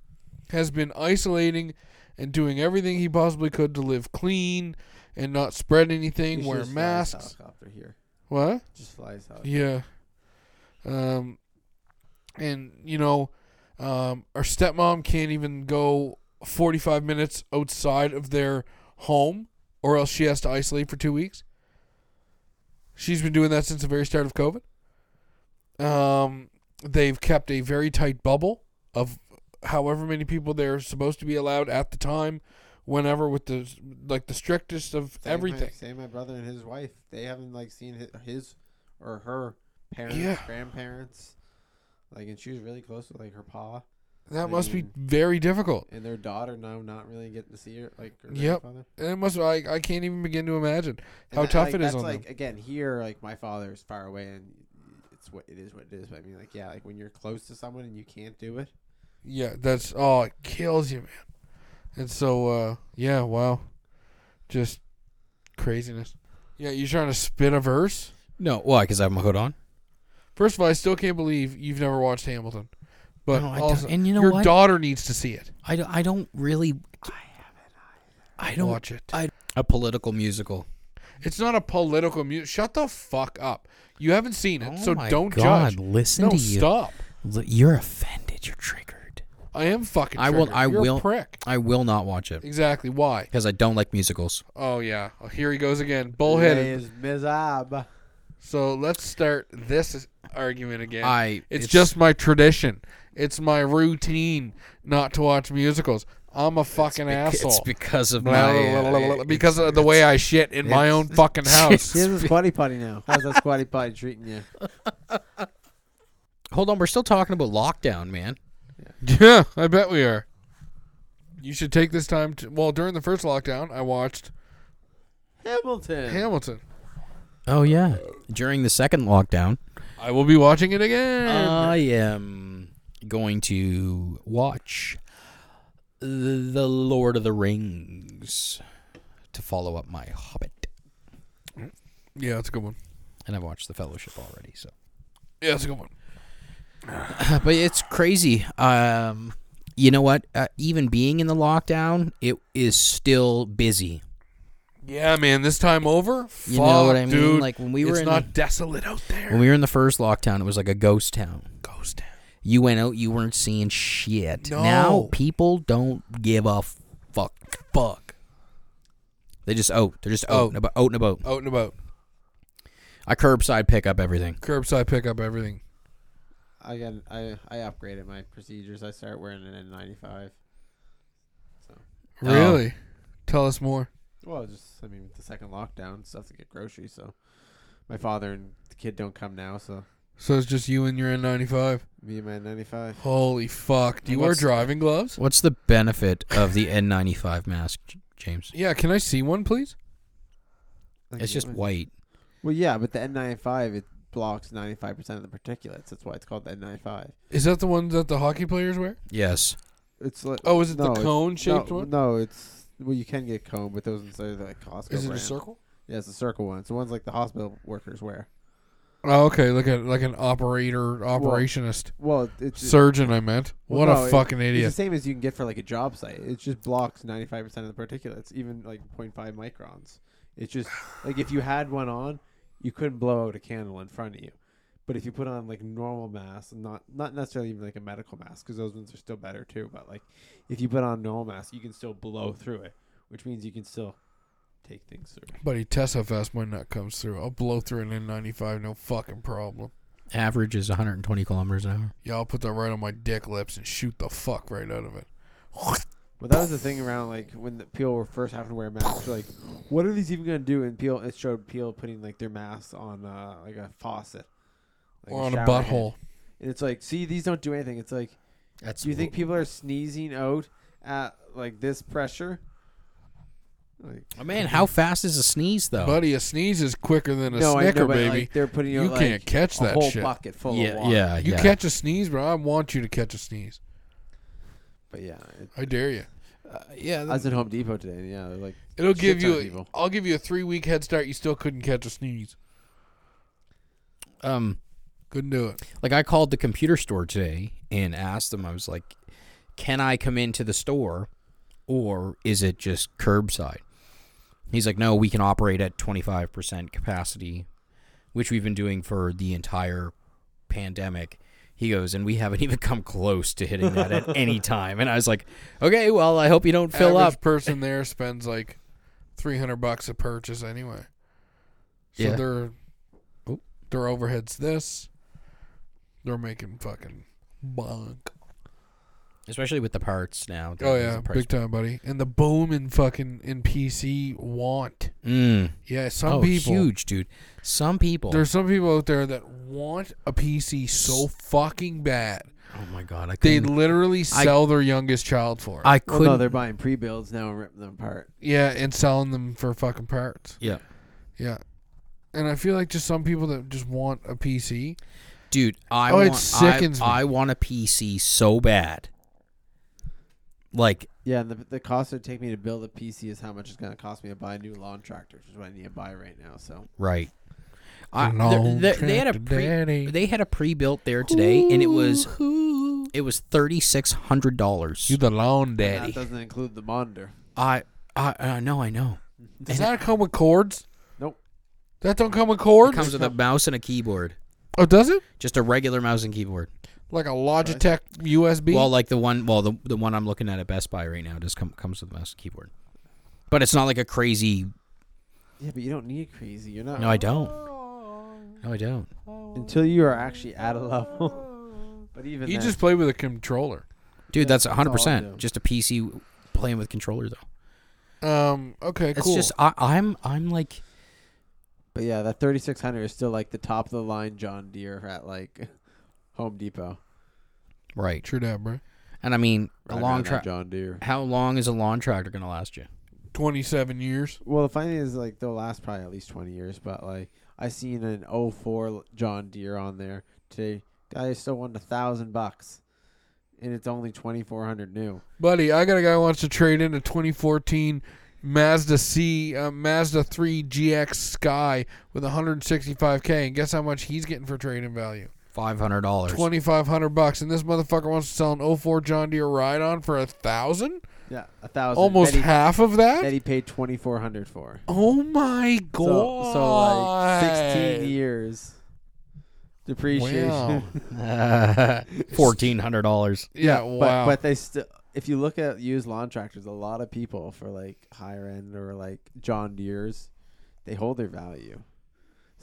has been isolating and doing everything he possibly could to live clean and not spread anything, You should wear just fly this masks. Helicopter here. What? Just fly this helicopter. Yeah. Um, and you know, um, our stepmom can't even go 45 minutes outside of their home, or else she has to isolate for two weeks. She's been doing that since the very start of COVID. Um, they've kept a very tight bubble of however many people they're supposed to be allowed at the time, whenever with the like the strictest of Same everything. My, same my brother and his wife. They haven't like seen his, his or her parents, Yeah. grandparents. Like, and she was really close with like her pa That must be mean- very difficult. and their daughter. Now, not really getting to see her. Like, her Yep. grandfather. And it must. I, I can't even begin to imagine And how that- tough like, it is that's on like them. again here like my father is far away and it's what it is what it is but i mean like yeah like when you're close to someone and you can't do it Yeah, that's oh, it kills you, man. And so, uh, yeah, wow, just craziness. Yeah, you trying to spin a verse? No, why? Because I have my hood on? First of all, I still can't believe you've never watched Hamilton, but No, I don't- also, and you know your what? daughter needs to see it. I, don't- I don't really. I haven't. I don't. Watch it. I, a political musical. It's not a political music. Shut the fuck up. You haven't seen it, Oh so my don't God, judge. listen No, to you. stop. L- You're offended. You're triggered. I am fucking. I will- triggered. I You're a will- prick. I will not watch it Exactly. Why? because I don't like musicals. Oh yeah. Oh, here he goes again. Bullheaded. is mizab So let's start this argument again. I. it's, just my tradition. It's my routine not to watch musicals. I'm a fucking bec- It's asshole. because of Blah, my. blah, uh, blah, blah, blah, it- because it's- of the way I shit in my own fucking house. here's a squatty potty now how's that squatty potty treating you Hold on, we're still talking about lockdown, man. yeah, I bet we are. You should take this time to. Well, during the first lockdown, I watched hamilton Hamilton. Oh yeah. During the second lockdown, I will be watching it again. I am going to watch the Lord of the Rings to follow up my Hobbit. Yeah, that's a good one. and I've watched The Fellowship already. So, Yeah, that's a good one. but it's crazy. Um, you know what? Uh, even being in the lockdown, it is still busy. Yeah, man, this time over, fuck, You know what I mean? dude, Like, when we were it's in not desolate out there. When we were in the first lockdown, it was like a ghost town. Ghost town. You went out, you weren't seeing shit. No. Now people don't give a fuck. Fuck. They just out. They're just out, Out. and about. Out and about. out and about, I curbside pick up everything. curbside pickup, everything. I got I I upgraded my procedures. I start wearing an N95. Oh. Really? Tell us more. Well, just I mean, with the second lockdown, stuff to get groceries. So my father and the kid don't come now. So So it's just you and your N95. me and my N95. Holy fuck! Do you wear What's- driving gloves? What's the benefit of the N95 mask, J- James? Yeah, can I see one, please? Like, It's just what- white. Well, yeah, but the N95 it blocks 95% of the particulates. That's why it's called the N95. Is that the one that the hockey players wear? Yes. It's like Oh, is it no, the it's- cone shaped no, one? No, it's well, you can get cone, but those inside of the Costco. Is it a brand. circle? Yeah, it's a circle one. It's the ones like the hospital workers wear. Oh, okay. Like a like an operator, operationist, Well, it- it's surgeon. I meant. Well, what no, a it- fucking It's the idiot. same as you can get for like a job site. It just blocks 95% of the particulates, even like 0.5 microns. It's just like if you had one on, you couldn't blow out a candle in front of you. But if you put on like normal mask, not not necessarily even like a medical mask, because those ones are still better too. But like if you put on normal mask, you can still blow through it, which means you can still take things through. Buddy, test how fast my nut comes through. I'll blow through an N95, no fucking problem. Average is 120 kilometers an hour. Yeah, I'll put that right on my dick lips and shoot the fuck right out of it. But that was the thing around like when the Peel were first having to wear masks. Like, what are these even going to do? And Peel it showed Peel putting like their masks on uh, like a faucet, like or on a shower head. butthole. And it's like, see, these don't do anything. It's like, That's do you think people are sneezing out at like this pressure? Like, Oh, man, how fast is a sneeze though? Buddy, a sneeze is quicker than a I know, snicker, but, baby. Like, they're putting you out, like, can't catch a that whole shit. bucket full of yeah, water. yeah, You Uh, yeah. catch a sneeze, bro. I want you to catch a sneeze. But yeah, it, I dare you. Uh, yeah, I was at Home Depot today. And yeah, they're like, It'll Shit give ton of you. people. i I'll give you a three week head start. You still couldn't catch a sneeze. um, Couldn't do it. like I called the computer store today and asked them. I was like, "Can I come into the store, or is it just curbside?" He's like, "No, we can operate at 25% capacity, which we've been doing for the entire pandemic." He goes, "And we haven't even come close to hitting that at any time." And I was like, "Okay, well, I hope you don't fill Average up." person there spends like three hundred bucks a purchase anyway. So Yeah. their Oh. their overheads this. They're making fucking bonk. Especially with the parts now. Oh yeah, big time, buddy. And the boom in fucking in PC want. Mm. Yeah, some Oh, people. huge, dude. Some people. There's some people out there that want a PC so fucking bad. oh my god, I They couldn't. literally sell their youngest child for it. I well, couldn't. no, they're buying pre builds now and ripping them apart. yeah, and selling them for fucking parts. yeah. Yeah. And I feel like just some people that just want a PC. Dude, I Oh, it want, sickens I, me. I want a PC so bad. Like, Yeah, and the, the cost it would take me to build a PC is how much it's going to cost me to buy a new lawn tractor, which is what I need to buy right now. So right. I, An old they, they had a tractor pre, daddy. they had a pre-built there today, and it was Ooh. it was thirty six hundred dollars. You the lawn and daddy. that doesn't include the monitor. I I I know I know. Does that come with cords? Nope. That don't come with It cords? comes with a mouse and a keyboard, oh, does it? just a regular mouse and keyboard. Like a Logitech USB? Well, like the one, well the the one I'm looking at at Best Buy right now just come, comes with a mouse and keyboard, but it's not like a crazy. Yeah, but you don't need crazy. You're not. No, I don't. No, I don't. until you are actually at a level. but even you then, just play with a controller. Dude, that's that's all I hundred percent do. just a PC playing with controller though. Um, okay, It's cool. just I, I'm I'm like but yeah, that 3600 is still like the top of the line John Deere at like Home Depot. right, True that, bro. and I mean a Right lawn around that tractor. John Deere. How long is a lawn tractor gonna last you? 27 years. Well, the funny thing is like they'll last probably at least 20 years, but like I seen an 04 John Deere on there today. Guy still won a thousand bucks, and it's only 2400 new. Buddy, I got a guy who wants to trade in a 2014 Mazda C, uh, Mazda 3 GX Sky with 165k, and guess how much he's getting for trade-in value? Five hundred dollars. Twenty five hundred bucks, and this motherfucker wants to sell an 04 John Deere ride on for a thousand, Yeah, a thousand. almost that he, half of that. that he paid twenty four hundred for. oh my So, god! so like sixteen years depreciation. Wow. Fourteen hundred dollars. Yeah, but, wow. But they still, if you look at used lawn tractors, a lot of people for like higher end or like John Deere's, they hold their value.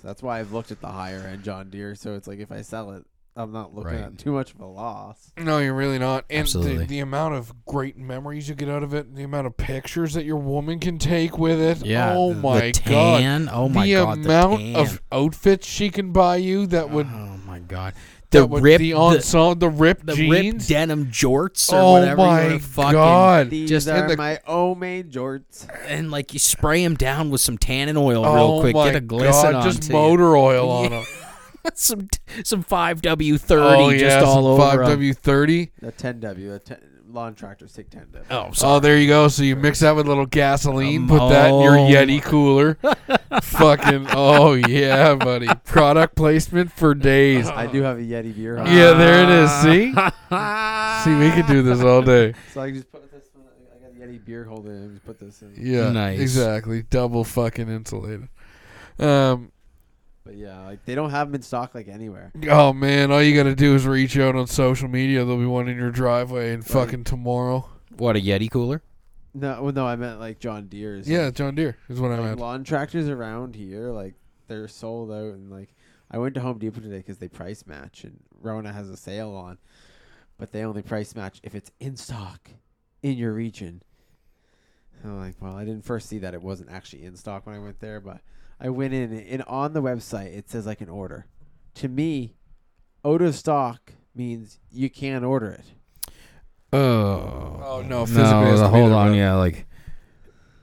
So that's why I've looked at the higher end John Deere. So it's like if I sell it, I'm not looking Right. at too much of a loss. No, you're really not. And Absolutely. The, the amount of great memories you get out of it, the amount of pictures that your woman can take with it. Yeah. Oh the my god. tan. Oh my the god. amount the tan. of outfits she can buy you that would Oh my god. that The would- rip the the, ensemble the, ripped the ripped jeans. denim jorts or oh whatever you my wanna fucking god. These Just- are and the- my Ome jorts. and like you spray them down with some tannin oil oh real quick, my get a glisten god, on just to motor oil on them. you. some some five W thirty Oh yeah, just all over. 'em. five W thirty. The 10W. A 10, lawn tractors take 10W. Oh, sorry. Oh, there you go. So you mix that with a little gasoline, Um, put that in your oh Yeti my- cooler. Fucking oh yeah, buddy. Product placement for days. I do have a Yeti beer. hall. Yeah, there it is. See, see, we could do this all day. So I can just put this. One, I got a Yeti beer holder. And I just put this in. Yeah, Nice. exactly. Double fucking insulated. Um. But yeah, like they don't have them in stock like anywhere. Oh man, all you gotta do is reach out on social media. There'll be one in your driveway and fucking tomorrow. what a Yeti cooler. No, well, no, I meant like John Deere's. Yeah, John Deere is what I like, meant. lawn tractors around here, like they're sold out, and like I went to Home Depot today because they price match, and Rona has a sale on, but they only price match if it's in stock in your region. And I'm like, well, I didn't first see that it wasn't actually in stock when I went there, but I went in, and on the website it says I can order. To me, out of stock means you can't order it. Oh, Oh, no, physically has to be hold there, on, right? yeah, like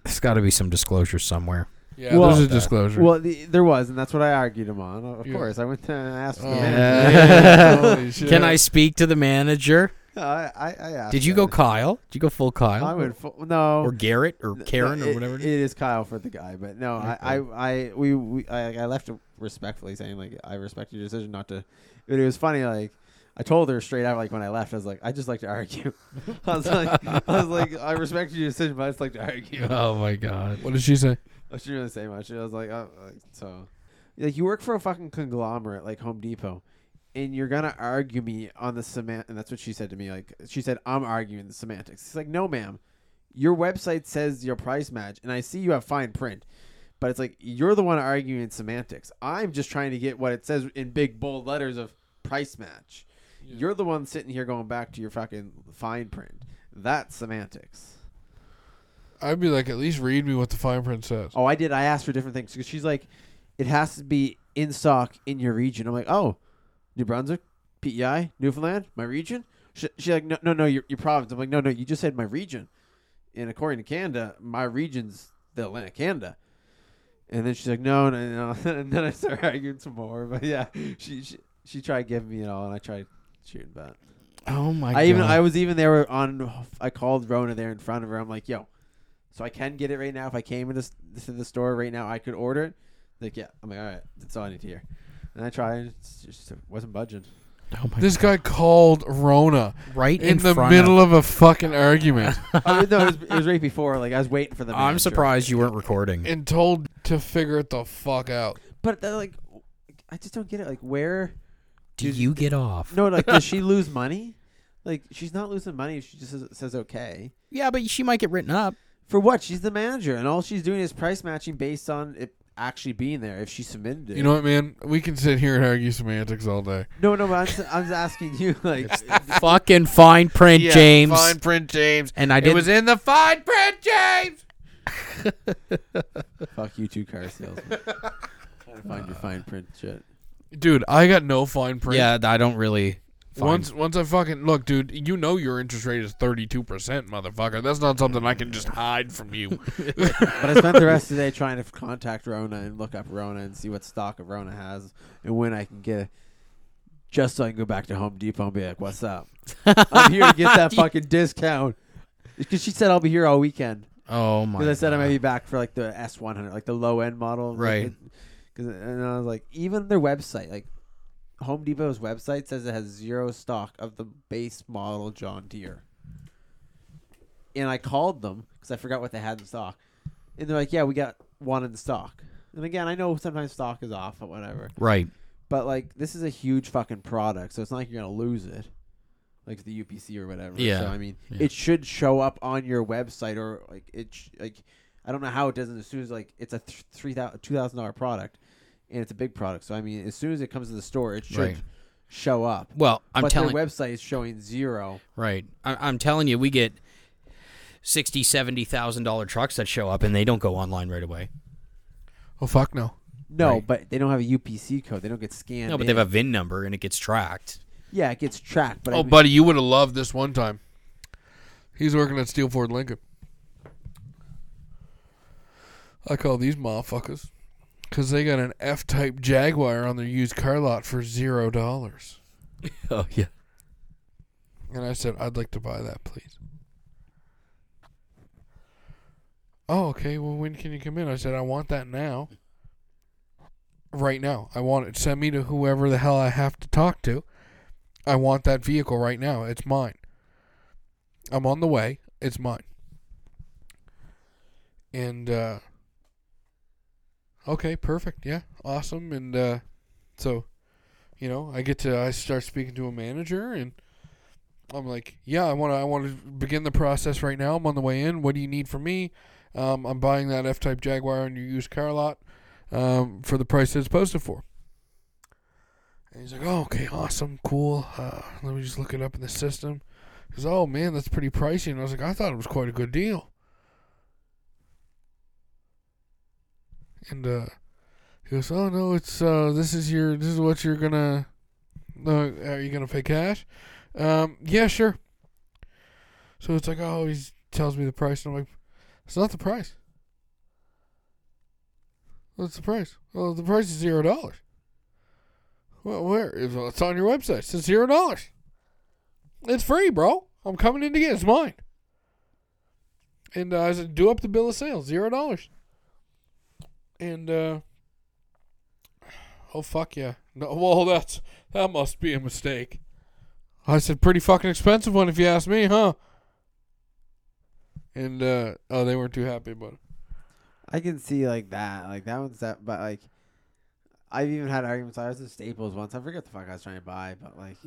there's got to be some disclosure somewhere. Yeah, Well- there's a disclosure. Well, the, there was, and that's what I argued him on. Of Yeah. course, I went to and asked. Oh, the Yeah. manager. man. Holy shit. Can I speak to the manager? No, I, I, I asked. Did you him. go Kyle? Did you go full Kyle? I went full, no. or Garrett or Th- Karen or it- whatever. It is Kyle for the guy, but no, I, I, I, we, we I, I left it respectfully saying like I respect your decision not to. But it was funny, like I told her straight out, like when I left, I was like, I just like to argue. I was like, I was like, I respect your decision, but I just like to argue. oh my god. What did she say? I shouldn't really say much. I was like, oh, like so, like you work for a fucking conglomerate like Home Depot, and you're gonna argue me on the semant. And that's what she said to me. Like she said, I'm arguing the semantics. It's like, no, ma'am, your website says your price match, and I see you have fine print, but it's like you're the one arguing semantics. I'm just trying to get what it says in big bold letters of price match. You're the one sitting here going back to your fucking fine print. That's semantics. I'd be like, at least read me what the fine print says. Oh, I did. I asked for different things because she's like, it has to be in stock in your region. I'm like, oh, New Brunswick, PEI, Newfoundland, my region. She, she's like, no, no, no, your, your province. I'm like, no, no, you just said my region. And according to Canada, my region's the Atlantic Canada. And then she's like, no, no, no. And then I started arguing some more. But yeah, she she, she tried giving me it all, and I tried shooting back. Oh my I even I was even there on. I called Rona there in front of her. I'm like, yo, so I can get it right now. If I came into s- to the store right now, I could order it. Like, yeah. I'm like, all right, that's all I need to hear. And I tried. and It's just it wasn't budging. oh my This guy called Rona right in, the middle of a fucking argument oh, no, it was, it was right before. Like I was waiting for the. I'm manager. surprised you weren't recording. and told to figure it the fuck out. But they're like, I just don't get it. Like where? Do you get off? No, like does she lose money? Like she's not losing money. if She just says, says okay. Yeah, but she might get written up. For what? She's the manager, and all she's doing is price matching based on it actually being there. If she submitted it, You know what, man? We can sit here and argue semantics all day. No, no, but I'm, s- I'm just asking you, like, Fucking fine print, James. print, James. And I did. in the fine print, James. fuck you two car salesman. Trying to find your fine print shit. Dude, I got no fine print. yeah, I don't really. fine. Once, once I fucking look, dude. You know your interest rate is thirty-two percent, motherfucker. That's not something I can just hide from you. But I spent the rest of the day trying to f- contact Rona and look up Rona and see what stock of Rona has and when I can get it. Just so I can go back to Home Depot and be like, what's up? I'm here to get that fucking discount. Because she said I'll be here all weekend. Oh my! Because I said I might God. be back for like the S one hundred, like the low end model, Right. Because and I was like, even their website, like Home Depot's website, says it has zero stock of the base model John Deere. And I called them because I forgot what they had in stock, and they're like, "Yeah, we got one in stock." And again, I know sometimes stock is off or whatever, right. but like this is a huge fucking product, so it's not like you're gonna lose it, like the UPC or whatever. Yeah. So I mean, Yeah. it should show up on your website or like it sh- like I don't know how it doesn't as soon as like it's a th- three thousand two thousand dollar product, and it's a big product. So I mean, as soon as it comes to the store, it should Right. show up. Well, I'm but telling their website is showing zero. right. I, I'm telling you, we get sixty, seventy thousand dollar trucks that show up and they don't go online right away. Oh fuck no. No, Right. but they don't have a UPC code. They don't get scanned. No, but in. they have a VIN number and it gets tracked. yeah, it gets tracked. But I Oh, mean- buddy, you would have loved this one time. He's working at Steel Ford Lincoln. I call these motherfuckers because they got an F-type Jaguar on their used car lot for zero dollars, Oh yeah. and I said, "I'd like to buy that, please." Oh, okay. Well, when can you come in? I said, "I want that now." Right now, I want it. Send me to whoever the hell I have to talk to. I want that vehicle right now. It's mine. I'm on the way. It's mine. And uh Okay, perfect. Yeah. Awesome. And uh so you know, I get to I start speaking to a manager and I'm like, "Yeah, I want to I want to begin the process right now. I'm on the way in. What do you need from me?" Um, I'm buying that F-type Jaguar on your used car lot um, for the price it's posted for. And he's like, oh, okay, awesome, cool. Uh, let me just look it up in the system. He goes, oh, man, that's pretty pricey. And I was like, I thought it was quite a good deal. And uh, he goes, oh, no, it's, uh, this is your, this is what you're going to, no, are you going to pay cash? Um, yeah, sure. So it's like, oh, he tells me the price. And I'm like, it's not the price. What's the price? Well, the price is zero dollars. Well, where? It's it's on your website. It says zero dollars. It's free, bro. I'm coming in to get it. It's mine. And uh, I said, do up the bill of sale, zero dollars. And uh, oh fuck yeah! No, well that's that must be a mistake. I said, pretty fucking expensive one if you ask me, huh? And uh, oh, they weren't too happy about it. I can see like that, like that one's that, but like, I've even had arguments. I was in Staples once. I forget the fuck I was trying to buy, but like,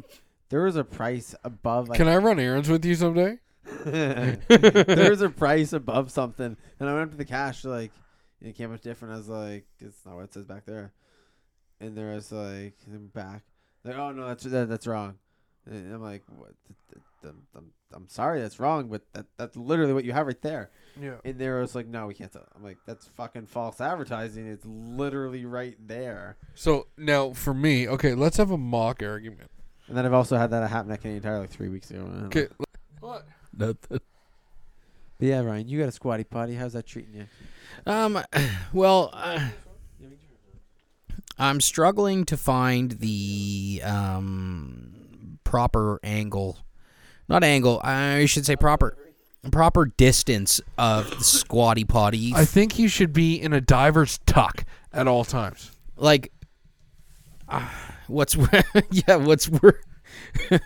there was a price above. Like, Can I run errands with you someday? there was a price above something, and I went up to the cash like, it came much different. I was like, it's not what it says back there, and there was like, then back, like, oh no, that's that, that's wrong. And I'm like, what? th- th- th- I'm, I'm, I'm sorry, that's wrong, but that that's literally what you have right there. Yeah. And they was like, no, we can't sell. I'm like, that's fucking false advertising. It's literally right there. So now for me, okay, let's have a mock argument. And then I've also had that happen at Canadian Tire like three weeks ago. And I'm Okay. like, What? But yeah, Ryan, you got a squatty potty. How's that treating you? Um, well, uh, I'm struggling to find the um, proper angle, not angle. I should say proper, proper distance of the squatty potty. I think you should be in a diver's tuck at all times. like, uh, what's yeah, what's wor-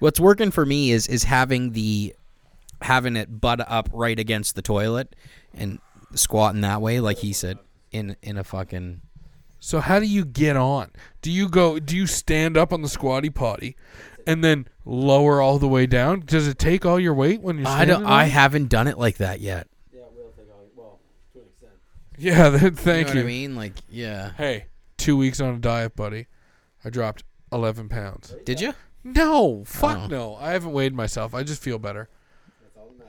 what's working for me is is having the having it butt up right against the toilet and squatting that way, like he said, in in a fucking. So how do you get on? Do you go? Do you stand up on the squatty potty, and then lower all the way down? Does it take all your weight when you're? I don't. standing on I it? haven't done it like that yet. Yeah. Then, thank you. you. Know what I mean, like, yeah. Hey, two weeks on a diet, buddy. I dropped eleven pounds. Did you? No, fuck Oh. no. I haven't weighed myself. I just feel better.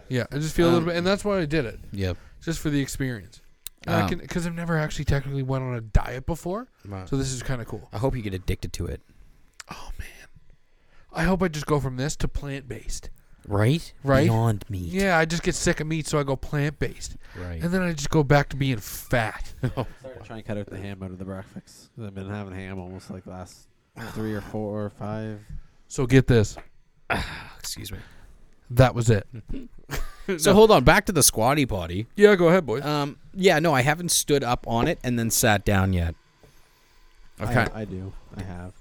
Yeah, I just feel a Um, little bit, and that's why I did it. Yep. just for the experience. Um, Because I've never actually technically went on a diet before, so this is kind of cool. I hope you get addicted to it. Oh man, I hope I just go from this to plant based. Right. Right? Beyond meat. Yeah, I just get sick of meat, so I go plant based, Right. and then I just go back to being fat. Sorry to try and cut out the ham out of the breakfast. 'cause I've been having ham almost like last three or four or five. so get this. Excuse me. That was it. So hold on, back to the squatty potty. Yeah, go ahead, boys. Um, yeah, no, I haven't stood up on it and then sat down yet. I- Okay, I, do. I have.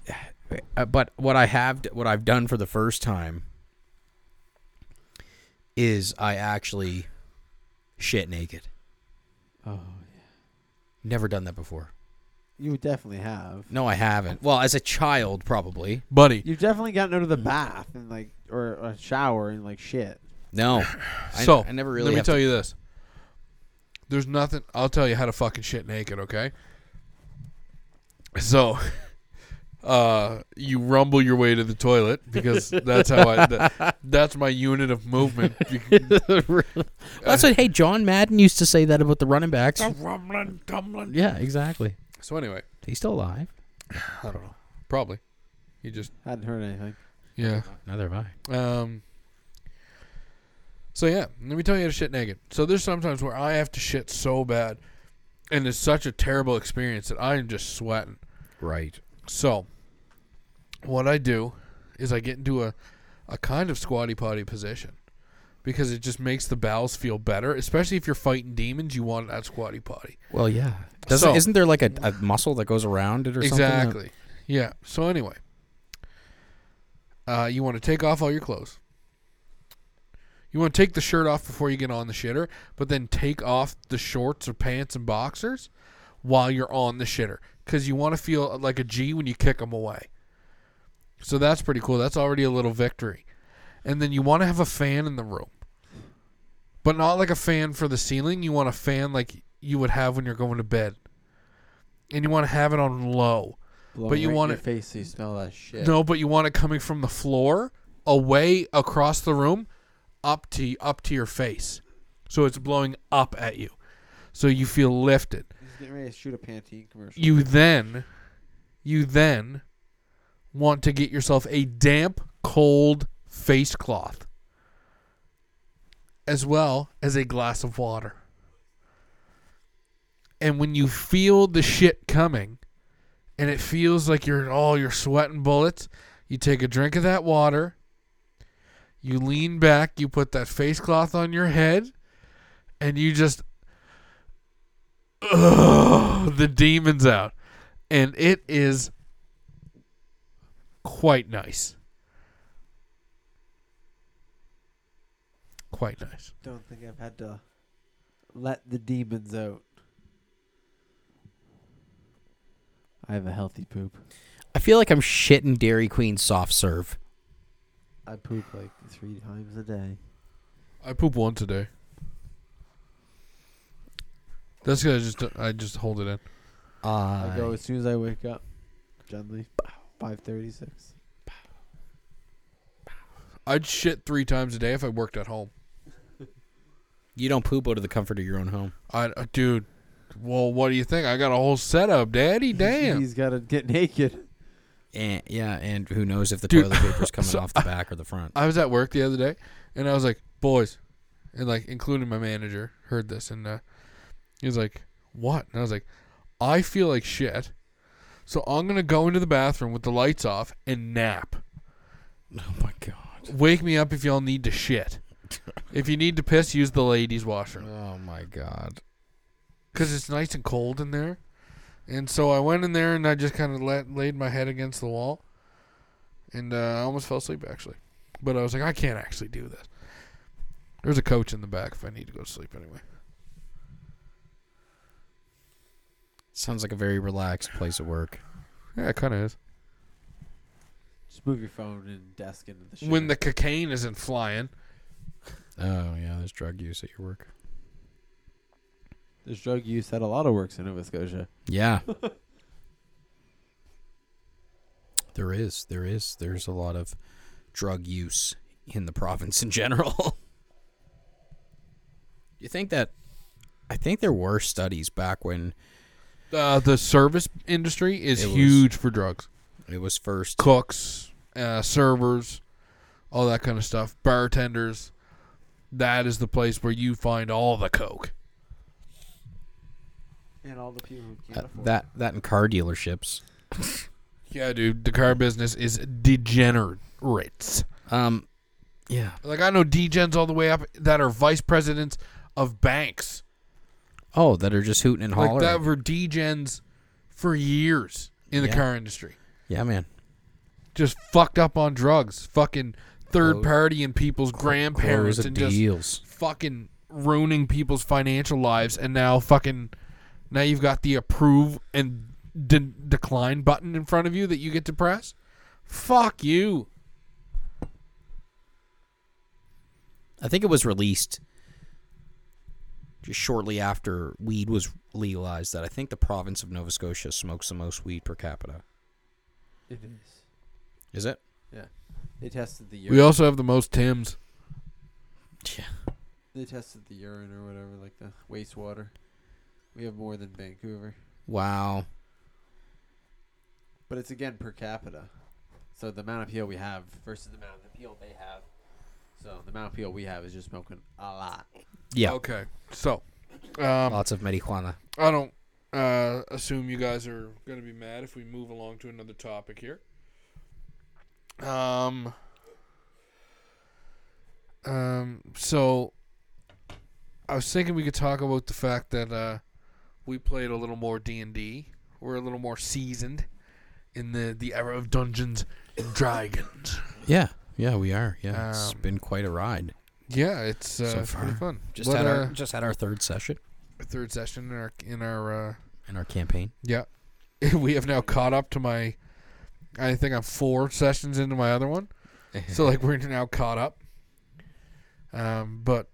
uh, but what I have, d- what I've done for the first time, is I actually shit naked. Oh, Never done that before. you definitely have. No, I haven't. Well, as a child, probably. Buddy, You've definitely gotten out of the bath and like or a shower and like shit. No. so I, I never really. let me have tell to- you this. There's nothing. I'll tell you how to fucking shit naked, okay? So, uh, you rumble your way to the toilet because that's how I. That, that's my unit of movement. That's what. Hey, John Madden used to say that about the running backs. rumbling, tumbling. Yeah, exactly. So anyway, He's still alive. I don't know. Probably, you just Hadn't heard anything. yeah. Neither have I. Um. So yeah, let me tell you how to shit naked. So there's sometimes where I have to shit so bad, and it's such a terrible experience that I am just sweating. Right. So, what I do is I get into a, a kind of squatty potty position because it just makes the bowels feel better, especially if you're fighting demons. You want that squatty potty. Well, yeah. Doesn't, So- isn't there like a, a muscle that goes around it or something? exactly. Yeah. So anyway, uh, you want to take off all your clothes. You want to take the shirt off before you get on the shitter, but then take off the shorts or pants and boxers while you're on the shitter because you want to feel like a G when you kick them away. So that's pretty cool. That's already a little victory. And then you want to have a fan in the room, but not like a fan for the ceiling. You want a fan like you would have when you're going to bed. And you want to have it on low. Blowing you right in want your it- face so you smell that shit. No, but you want it coming from the floor away across the room up to up to your face. So it's blowing up at you. So you feel lifted. He's getting ready to shoot a Pantene commercial. You then you then want to get yourself a damp cold face cloth as well as a glass of water. And when you feel the shit coming and it feels like you're oh you're sweating bullets, you take a drink of that water. You lean back, you put that face cloth on your head and you just Ugh, the demons out. And it is quite nice. Quite nice. Don't think I've had to let the demons out. I have a healthy poop. I feel like I'm shitting Dairy Queen soft serve. I poop like three times a day. I poop once a day. That's good. I just I just hold it in. Uh, I go as soon as I wake up. Generally, five thirty-six. I'd shit three times a day if I worked at home. you don't poop out of the comfort of your own home. I uh, dude. Well, what do you think? I got a whole setup, Daddy. Damn. He's got to get naked. And, yeah, and who knows if the Dude, toilet paper's coming so off the back or the front. I was at work the other day, and I was like, "Boys," and like including my manager heard this, and uh, he was like, "What?" And I was like, "I feel like shit, so I'm gonna go into the bathroom with the lights off and nap. Oh my god. Wake me up if y'all need to shit. if you need to piss, use the ladies' washroom Oh my god. because it's nice and cold in there." And so I went in there and I just kind of let, laid my head against the wall, and uh, I almost fell asleep actually. But I was like, I can't actually do this. There's a coach in the back if I need to go to sleep anyway. Sounds like a very relaxed place at work. Yeah, it kind of is. Just move your phone and desk into the. Shitter. When the cocaine isn't flying, Oh yeah, there's drug use at your work. there's drug use at a lot of works in Nova Scotia. Yeah. there is. There is. There's a lot of drug use in the province in general. you think that I think there were studies back when uh, the service industry is It was- huge for drugs. it was first Cooks, uh, servers, all that kind of stuff. Bartenders. That is the place where you find all the coke. And all the people who uh, that that and car dealerships. Yeah, dude, the car business is degenerate. Um Yeah. Like I know degens all the way up that are vice presidents of banks. Oh, that are just hooting and hollering. Like that were degens for years in the Yeah. car industry. Yeah, man. Just fucked up on drugs, fucking third Clo- party and people's grandparents Close of and just deals. fucking ruining people's financial lives and now fucking now you've got the approve and de- decline button in front of you that you get to press fuck you I think it was released just shortly after weed was legalized that I think the province of Nova Scotia smokes the most weed per capita. It is. Is it? They tested the we urine. also have the most tims They tested the urine or whatever, like the wastewater. We have more than Vancouver, Wow. but it's again per capita. So the amount of peel we have versus the amount of peel they have. So the amount of peel we have is just smoking a lot. Yeah. okay so um, Lots of marijuana. i don't uh, assume you guys are going to be mad if we move along to another topic here um um so I was thinking we could talk about the fact that uh, we played a little more D and D. We're a little more seasoned in the the era of Dungeons and Dragons. Yeah. Yeah, we are. Yeah. it's Um, been quite a ride. Yeah, it's uh, So it's pretty fun. Just What, had our uh, just had our third session third session in our in our uh, in our campaign. yeah. we have now caught up to my. I think I'm four sessions into my other one, so like we're now caught up. Um, but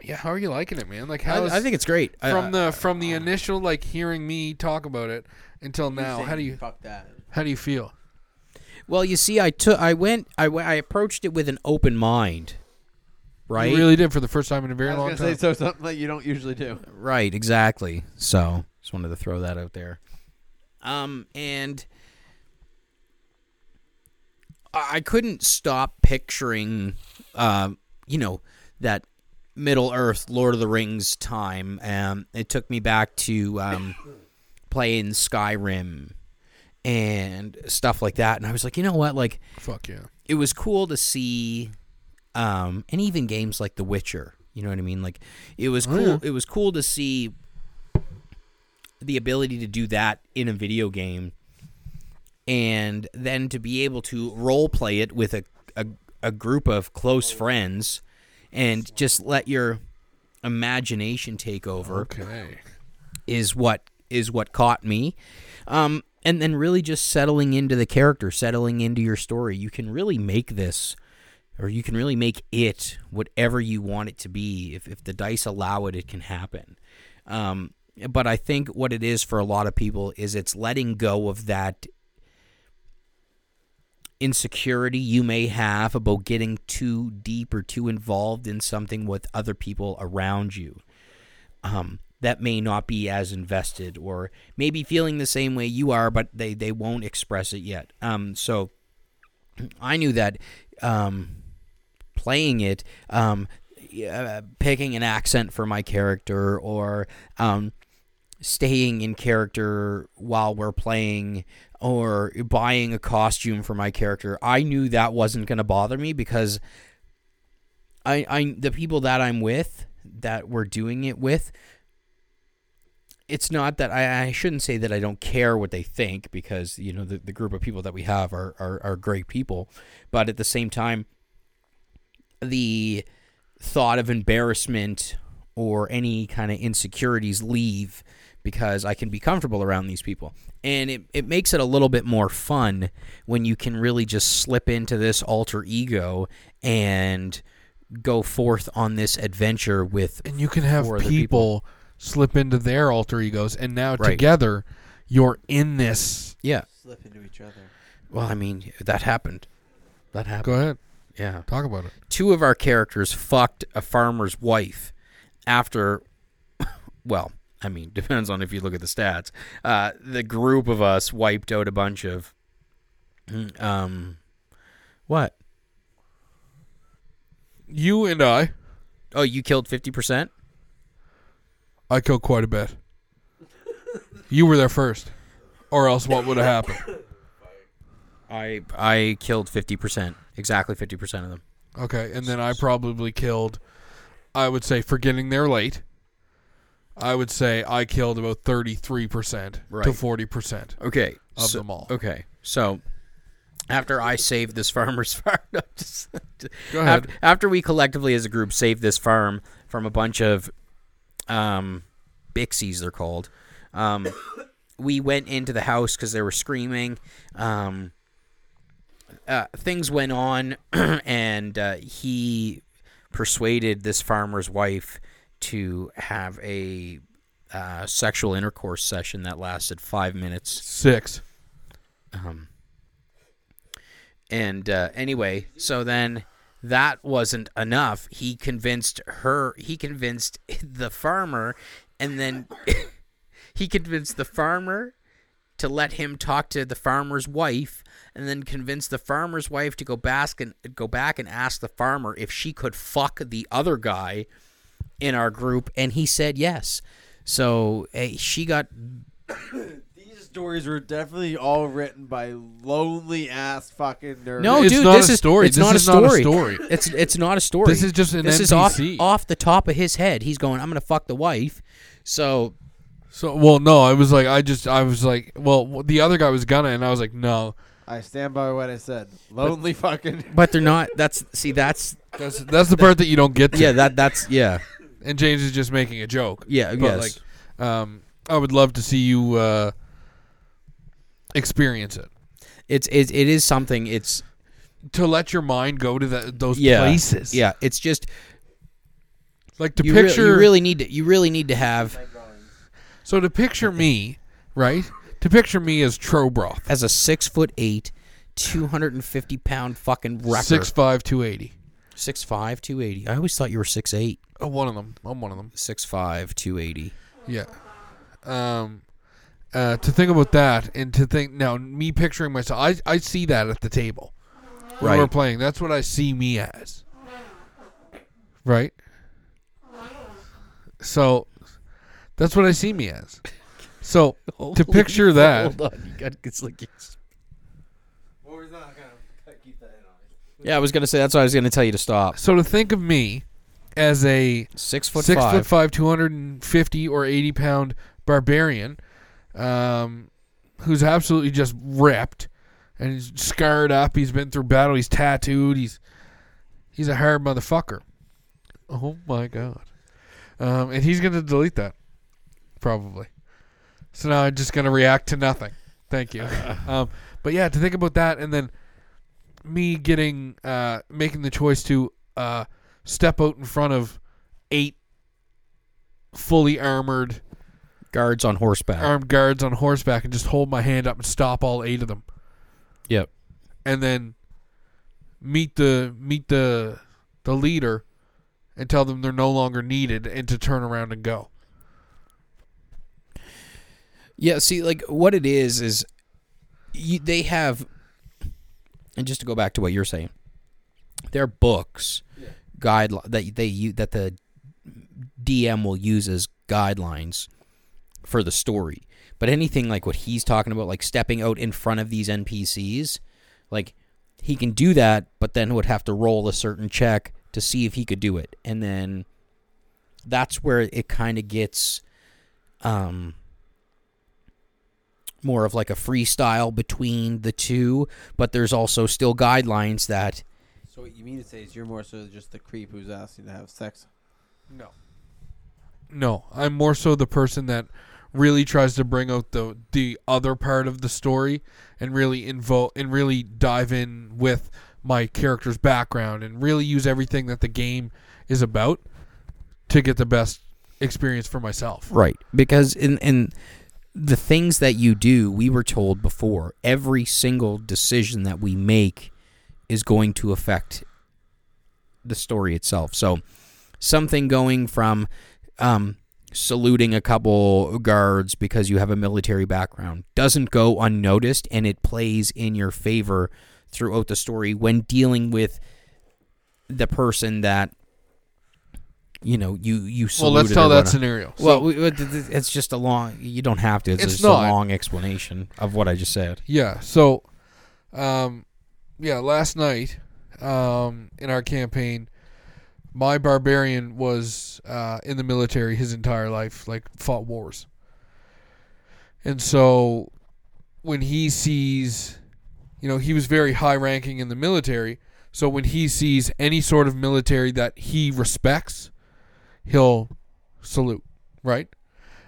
yeah, how are you liking it, man? Like, I, how's I think it's great. I- from I- um, the from the initial like hearing me talk about it until now how do you fuck that? how do you feel Well, you see, I took, I went, I went, I approached it with an open mind. Right. you really did for the first time in a very I long was gonna time say so something that you don't usually do. Right. Exactly. So just wanted to throw that out there. Um, and I I couldn't stop picturing, um, you know, that Middle Earth Lord of the Rings time. Um, it took me back to um, playing Skyrim and stuff like that, and I was like, you know what, like fuck yeah it was cool to see um and even games like The Witcher, you know what I mean? Like it was Oh, cool yeah. it was cool to see the ability to do that in a video game and then to be able to role play it with a a, a group of close friends and just let your imagination take over okay is what is what caught me um and then really just settling into the character settling into your story you can really make this or you can really make it whatever you want it to be if, if the dice allow it it can happen um but i think what it is for a lot of people is it's letting go of that insecurity you may have about getting too deep or too involved in something with other people around you um, that may not be as invested or maybe feeling the same way you are, but they, they won't express it yet. Um, so I knew that um, playing it, um, uh, picking an accent for my character or um, staying in character while we're playing or buying a costume for my character, I knew that wasn't going to bother me because I, I the people that I'm with that we're doing it with it's not that I, I shouldn't say that I don't care what they think because you know the, the group of people that we have are, are are great people but at the same time the thought of embarrassment or any kind of insecurities leave because I can be comfortable around these people. And it, it makes it a little bit more fun when you can really just slip into this alter ego and go forth on this adventure with and you can have For people, other people. slip into their alter egos and now Right. together you're in this yeah Slip into each other. well i mean that happened that happened go ahead yeah talk about it two of our characters fucked a farmer's wife after well i mean depends on if you look at the stats uh, the group of us wiped out a bunch of um what you and i oh you killed 50% i killed quite a bit you were there first or else what would have happened I I killed fifty percent, exactly fifty percent of them. Okay, and then I probably killed. I would say for getting there late. I would say I killed about thirty three percent to Right. Uh, forty percent Okay, of so, them all. Okay, so after I saved this farmer's farm, I'm just- Go ahead. after, after we collectively as a group saved this farm from a bunch of um, Bixies, they're called. Um, we went into the house because they were screaming. Um, uh, things went on, and uh, he persuaded this farmer's wife to have a uh, sexual intercourse session that lasted five minutes. Six. Um, and uh, anyway, so then that wasn't enough. He convinced her. He convinced the farmer, and then he convinced the farmer to let him talk to the farmer's wife, and then convinced the farmer's wife to go back and go back and ask the farmer if she could fuck the other guy in our group, and he said yes. So eh, she got These stories were definitely all written by lonely ass fucking nerds. No, It's dude, not this a is story. It's This not is a not a story. story. It's it's not a story. This is just an this is off NPC. off the top of his head. He's going, I'm gonna fuck the wife. So So well, no, I was like, I just, I was like, well, the other guy was gonna, and I was like, no, I stand by what I said. Lonely fucking. but they're not that's see that's that's that's the part that you don't get to. yeah, that that's yeah. And James is just making a joke. Yeah, But yes. like, um, I would love to see you uh, experience it it's it, it is something it's to let your mind go to that those yeah places. Yeah. It's just like to you, rea- picture. you really need to you really need to have so to picture me, right? To picture me as Trobroth, as a six foot eight, two hundred and fifty pound fucking wrecker. six five two eighty. six five, two eighty. I always thought you were six eight. Oh, one of them. I'm one of them. Six five, two eighty. Yeah. Um, uh, to think about that and to think now, me picturing myself, I, I see that at the table when Right. we're playing. That's what I see me as. Right. So, that's what I see me as. So to picture that, Hold on, you got it's like it's- Yeah, I was gonna say that's why I was gonna tell you to stop. so to think of me as a Six foot six five. foot five, two hundred and fifty or eighty pound barbarian, um, who's absolutely just ripped and he's scarred up. He's been through battle. He's tattooed. He's he's a hard motherfucker. Oh my god! Um, and he's gonna delete that probably. So now I'm just gonna react to nothing. Thank you. um, but yeah, to think about that and then me getting uh, making the choice to uh, step out in front of eight fully armored guards on horseback. armed guards on horseback and just hold my hand up and stop all eight of them yep. and then meet the meet the the leader and tell them they're no longer needed and to turn around and go Yeah. See, like what it is is, you, they have, and just to go back to what you're saying, their books, guideline that they u- that the DM will use as guidelines for the story. But anything like what he's talking about, like stepping out in front of these NPCs, like he can do that, but then would have to roll a certain check to see if he could do it, and then that's where it kind of gets um more of like a freestyle between the two, but there's also still guidelines that So what you mean to say is you're more so just the creep who's asking to have sex. no no i'm more so the person that really tries to bring out the the other part of the story and really invo- and really dive in with my character's background and really use everything that the game is about to get the best experience for myself Right. Because in in the things that you do, we were told before, every single decision that we make is going to affect the story itself. So something going from um saluting a couple guards because you have a military background doesn't go unnoticed and it plays in your favor throughout the story when dealing with the person that you know you you well saluted let's tell or that whatnot. scenario So- Well, we, we- th- th- it's just a long. You don't have to. It's, It's just not. a long explanation of what I just said. Yeah. So, Um, yeah, last night um, in our campaign, my barbarian was uh, in the military his entire life, like fought wars. And so when he sees, you know, he was very high ranking in the military. So when he sees any sort of military that he respects, he'll salute, right?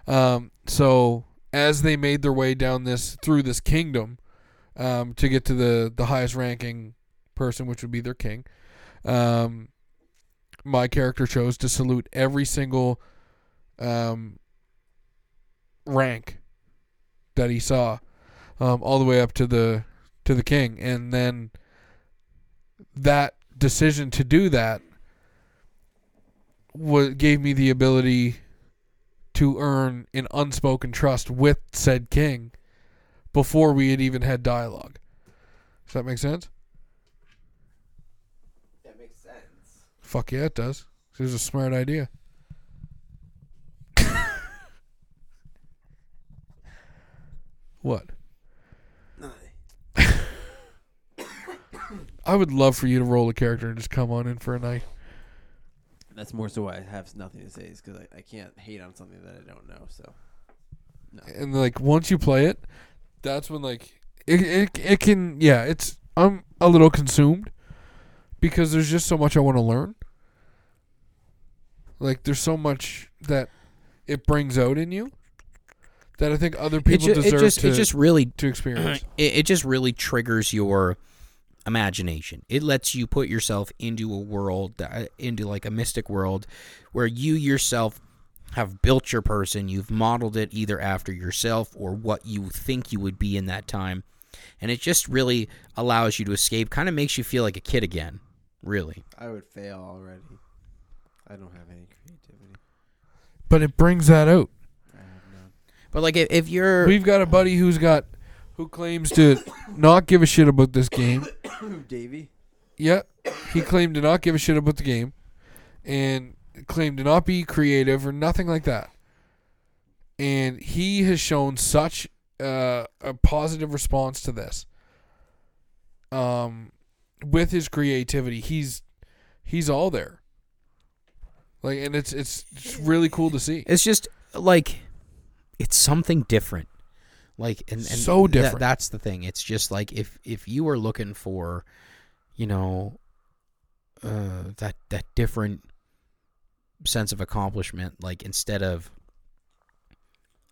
Um, so as they made their way down this through this kingdom um, to get to the the highest ranking person, which would be their king, um, my character chose to salute every single um, rank that he saw, um, all the way up to the to the king, and then that decision to do that wa gave me the ability to earn an unspoken trust with said king before we had even had dialogue. Does that make sense? That makes sense. Fuck yeah, it does. It was a smart idea. what? I would love for you to roll a character and just come on in for a night. That's more so why I have nothing to say is because I, I can't hate on something that I don't know. So and like once you play it, that's when like it it, it can yeah it's I'm a little consumed because there's just so much I want to learn. Like there's so much that it brings out in you that I think other It, people ju- it deserve just to it just really to experience. it, it just really triggers your imagination. It lets you put yourself into a world, that, into like a mystic world, where you yourself have built your person. You've modeled it either after yourself or what you think you would be in that time, and it just really allows you to escape. Kind of makes you feel like a kid again. Really, I would fail already. I don't have any creativity. but it brings that out. I have none. but like if, if you're We've got a buddy who's got who claims to not give a shit about this game. Davy. Yeah, he claimed to not give a shit about the game, and claimed to not be creative or nothing like that. And he has shown such uh, a positive response to this. Um, with his creativity, he's he's all there. Like, and it's it's it's really cool to see. It's just like it's something different. Like and, and So tha- different. that's the thing. It's just like if if you are looking for, you know, uh, that that different sense of accomplishment. Like instead of,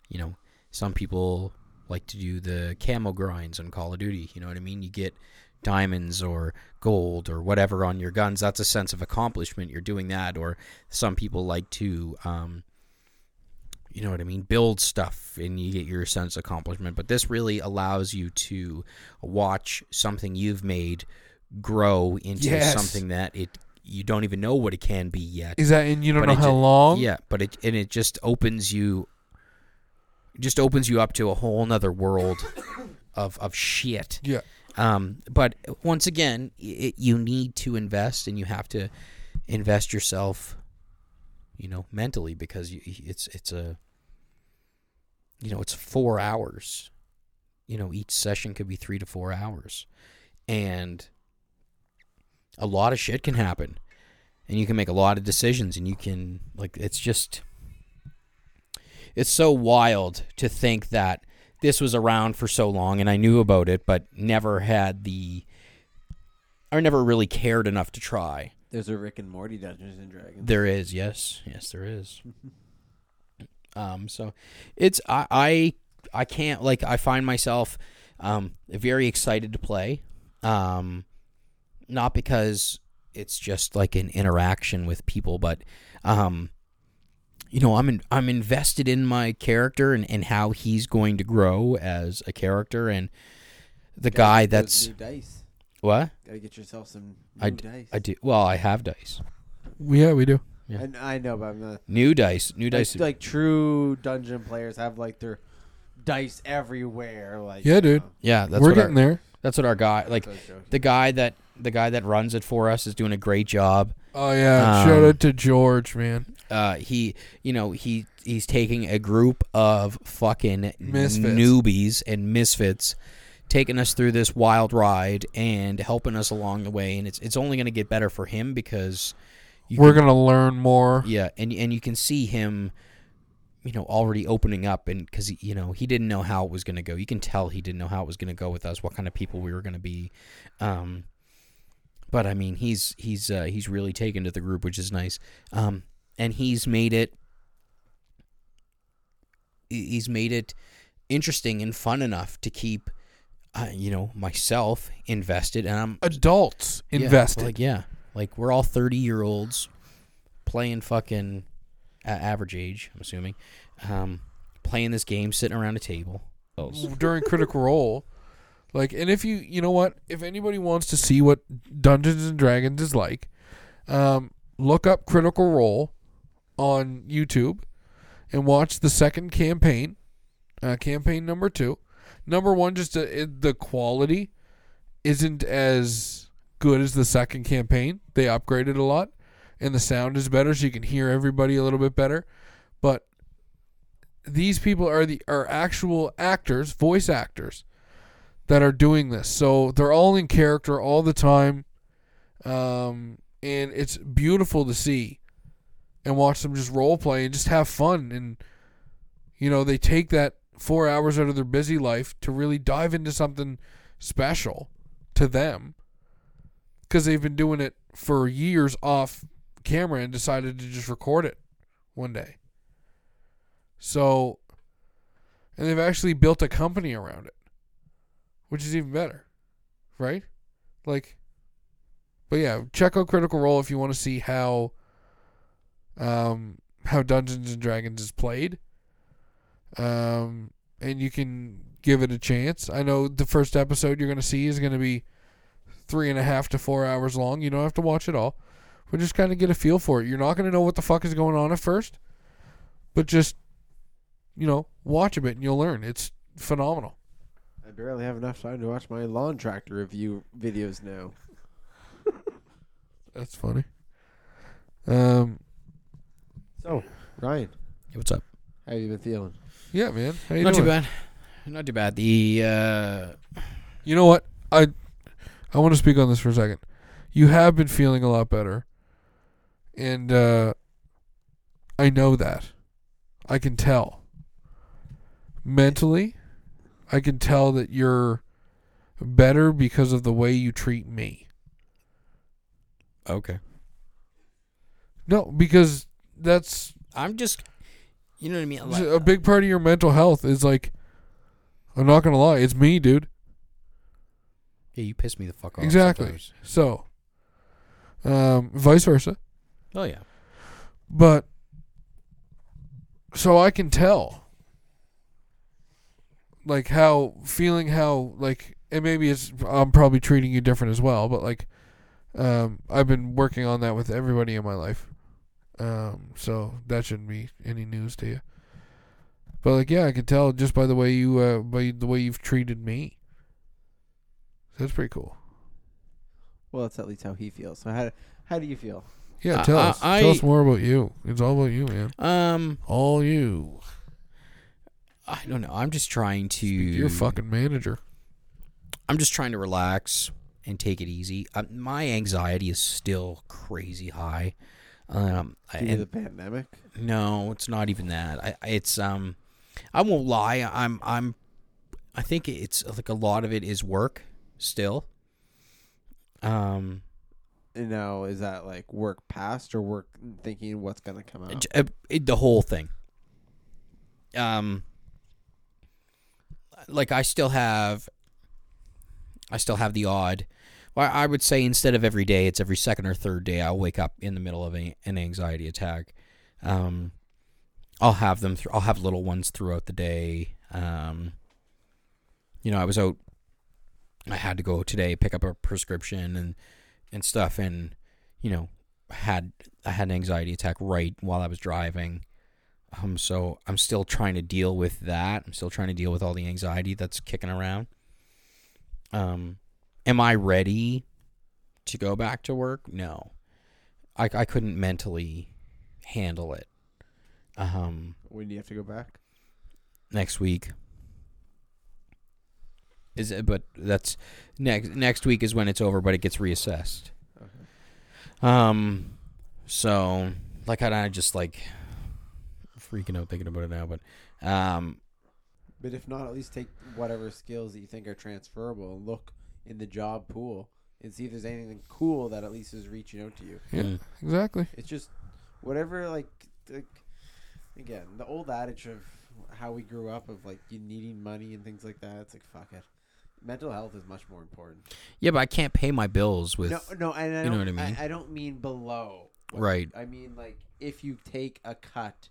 you know, some people like to do the camo grinds on Call of Duty. You know what I mean? You get diamonds or gold or whatever on your guns. That's a sense of accomplishment. You're doing that. Or some people like to um, you know what I mean, build stuff and you get your sense of accomplishment. But this really allows you to watch something you've made grow into Yes. something that it you don't even know what it can be yet. Is that and you don't But know it how ju- long? Yeah, but it and it just opens you just opens you up to a whole nother world of of shit. Yeah. Um, but once again, i- it, you need to invest, and you have to invest yourself, you know, mentally because you, it's it's a, you know, it's four hours. You know, each session could be three to four hours, and a lot of shit can happen, and you can make a lot of decisions, and you can like it's just. It's so wild to think that this was around for so long and I knew about it, but never had the. I never really cared enough to try. There's a Rick and Morty Dungeons and Dragons. There is, yes, yes, there is. um, so it's I I I can't like I find myself um very excited to play, um, not because it's just like an interaction with people, but um, you know I'm in, I'm invested in my character and and how he's going to grow as a character and the Gotta guy get those that's new dice. what Gotta get yourself some new I d- dice. I do well I have dice yeah, we do. yeah. And I know, but I'm not. new dice new dice Like, like true dungeon players have like their dice everywhere. Like Yeah, you dude. know. yeah that's We're what our- getting there. That's what our guy like So I was joking. the guy that the guy that runs it for us is doing a great job. Oh yeah, shout Um, out to George, man. Uh he you know, he he's taking a group of fucking Misfits. newbies and misfits taking us through this wild ride and helping us along the way. And it's it's only going to get better for him because you We're can- gonna learn more. yeah, and and you can see him, you know, already opening up, and because you know he didn't know how it was going to go. You can tell he didn't know how it was going to go with us, what kind of people we were going to be. Um, but I mean, he's he's uh, he's really taken to the group, which is nice. Um, and he's made it. he- He's made it interesting and fun enough to keep, uh, you know, myself invested, and I'm Adults yeah, invested. Like yeah, like we're all thirty year olds playing fucking uh, average age. I'm assuming um, playing this game, sitting around a table. during Critical Role. Like, and if you, you know what, if anybody wants to see what Dungeons and Dragons is like, um, look up Critical Role on YouTube and watch the second campaign, uh, campaign number two. Number one, just uh it, the quality isn't as good as the second campaign. They upgraded a lot, and the sound is better, so you can hear everybody a little bit better. But these people are the are actual actors, voice actors, that are doing this. So they're all in character all the time, um, and it's beautiful to see and watch them just role play and just have fun. And you know they take that four hours out of their busy life to really dive into something special to them because they've been doing it for years off camera and decided to just record it one day. So, and they've actually built a company around it, which is even better, right? Like, but yeah, check out Critical Role if you want to see how, um, how Dungeons and Dragons is played. Um, and you can give it a chance. I know the first episode you're gonna see is gonna be three and a half to four hours long. You don't have to watch it all, but just kind of get a feel for it. You're not gonna know what the fuck is going on at first, but just you know, watch a bit and you'll learn. It's phenomenal. I barely have enough time to watch my lawn tractor review videos now. That's funny. Um, So, Ryan, What's up? how you been feeling? yeah, man. How you Not doing? too bad. Not too bad. The uh, You know what? I I want to speak on this for a second. You have been feeling a lot better, and uh, I know that. I can tell. Mentally, I can tell that you're better because of the way you treat me. okay. No, because that's I'm just, you know what I mean. It's Like, a big part of your mental health is like I'm not gonna lie, it's me, dude. yeah, you piss me the fuck off. Exactly. sometimes. So um vice versa. Oh yeah. But so I can tell like how feeling how like and maybe it's I'm probably treating you different as well, but like um I've been working on that with everybody in my life. Um so that shouldn't be any news to you. But like yeah, I can tell just by the way you uh by the way you've treated me. That's pretty cool. Well, that's at least how he feels. So, how how do you feel? Yeah, I- tell I- us. tell us I- more about you. It's all about you, man. Um, All you. I don't know. I'm just trying to. You're fucking manager. I'm just trying to relax and take it easy. Uh, my anxiety is still crazy high. Um, I- Due to and- the pandemic, no, it's not even that. I, I- it's um, I won't lie. I'm I'm, I think it's like a lot of it is work still. Um, and now is that like work past or work thinking what's gonna come out? J- uh, it- the whole thing. Um, like I still have, I still have the odd. Well, I would say instead of every day, it's every second or third day. I'll wake up in the middle of a, an anxiety attack. Um, I'll have them. Th- I'll have little ones throughout the day. Um, you know, I was out. I had to go today pick up a prescription and and stuff, and you know, had I had an anxiety attack right while I was driving. Um, so I'm still trying to deal with that. I'm still trying to deal with all the anxiety that's kicking around. Um, am I ready to go back to work? No, I, I couldn't mentally handle it. Um, When do you have to go back? next week. Is it, but that's next next week is when it's over, but it gets reassessed. Um, so like I just like freaking out thinking about it now, but um, But if not, at least take whatever skills that you think are transferable and look in the job pool and see if there's anything cool that at least is reaching out to you. Yeah. mm, Exactly. It's just whatever, like, like again, the old adage of how we grew up of like you needing money and things like that. It's like fuck it. Mental health is much more important. yeah, but I can't pay my bills with No, no, and I you don't, know what I mean? I, don't mean below. what- Right. I mean like if you take a cut,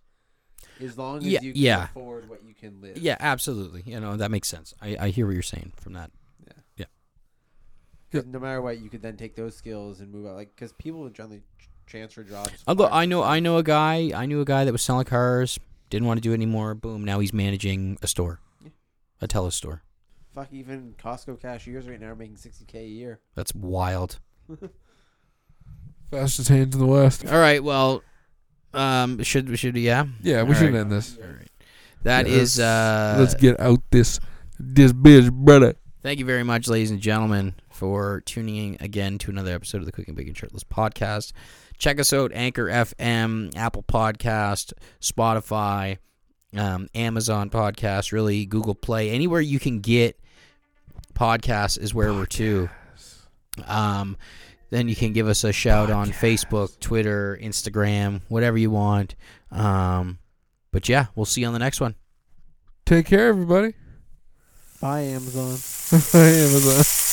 as long as Yeah, you can yeah. afford what you can live. Yeah, absolutely. You know that makes sense. I, I hear what you're saying from that. Because no matter what, you could then take those skills and move out. Like, because people would generally ch- transfer jobs. Although I know I know a guy I knew a guy that was selling cars, didn't want to do it anymore. Boom, now he's managing a store, Yeah. a tele store. fuck even Costco cashiers right now are making sixty k a year. That's wild. Fastest hands in the West. All right, well, um, should should yeah, Yeah, we All should right. end this. that Yeah, is uh. let's- let's get out this this bitch, brother. Thank you very much, ladies and gentlemen, for tuning in again to another episode of the Cooking Bacon Shirtless podcast. Check us out: Anchor FM, Apple Podcast, Spotify, um, Amazon Podcast, really Google Play, anywhere you can get podcasts is where we're to. Um, then you can give us a shout on Facebook, Twitter, Instagram, whatever you want. Um, but yeah, we'll see you on the next one. Take care, everybody. Bye Amazon. Amazon.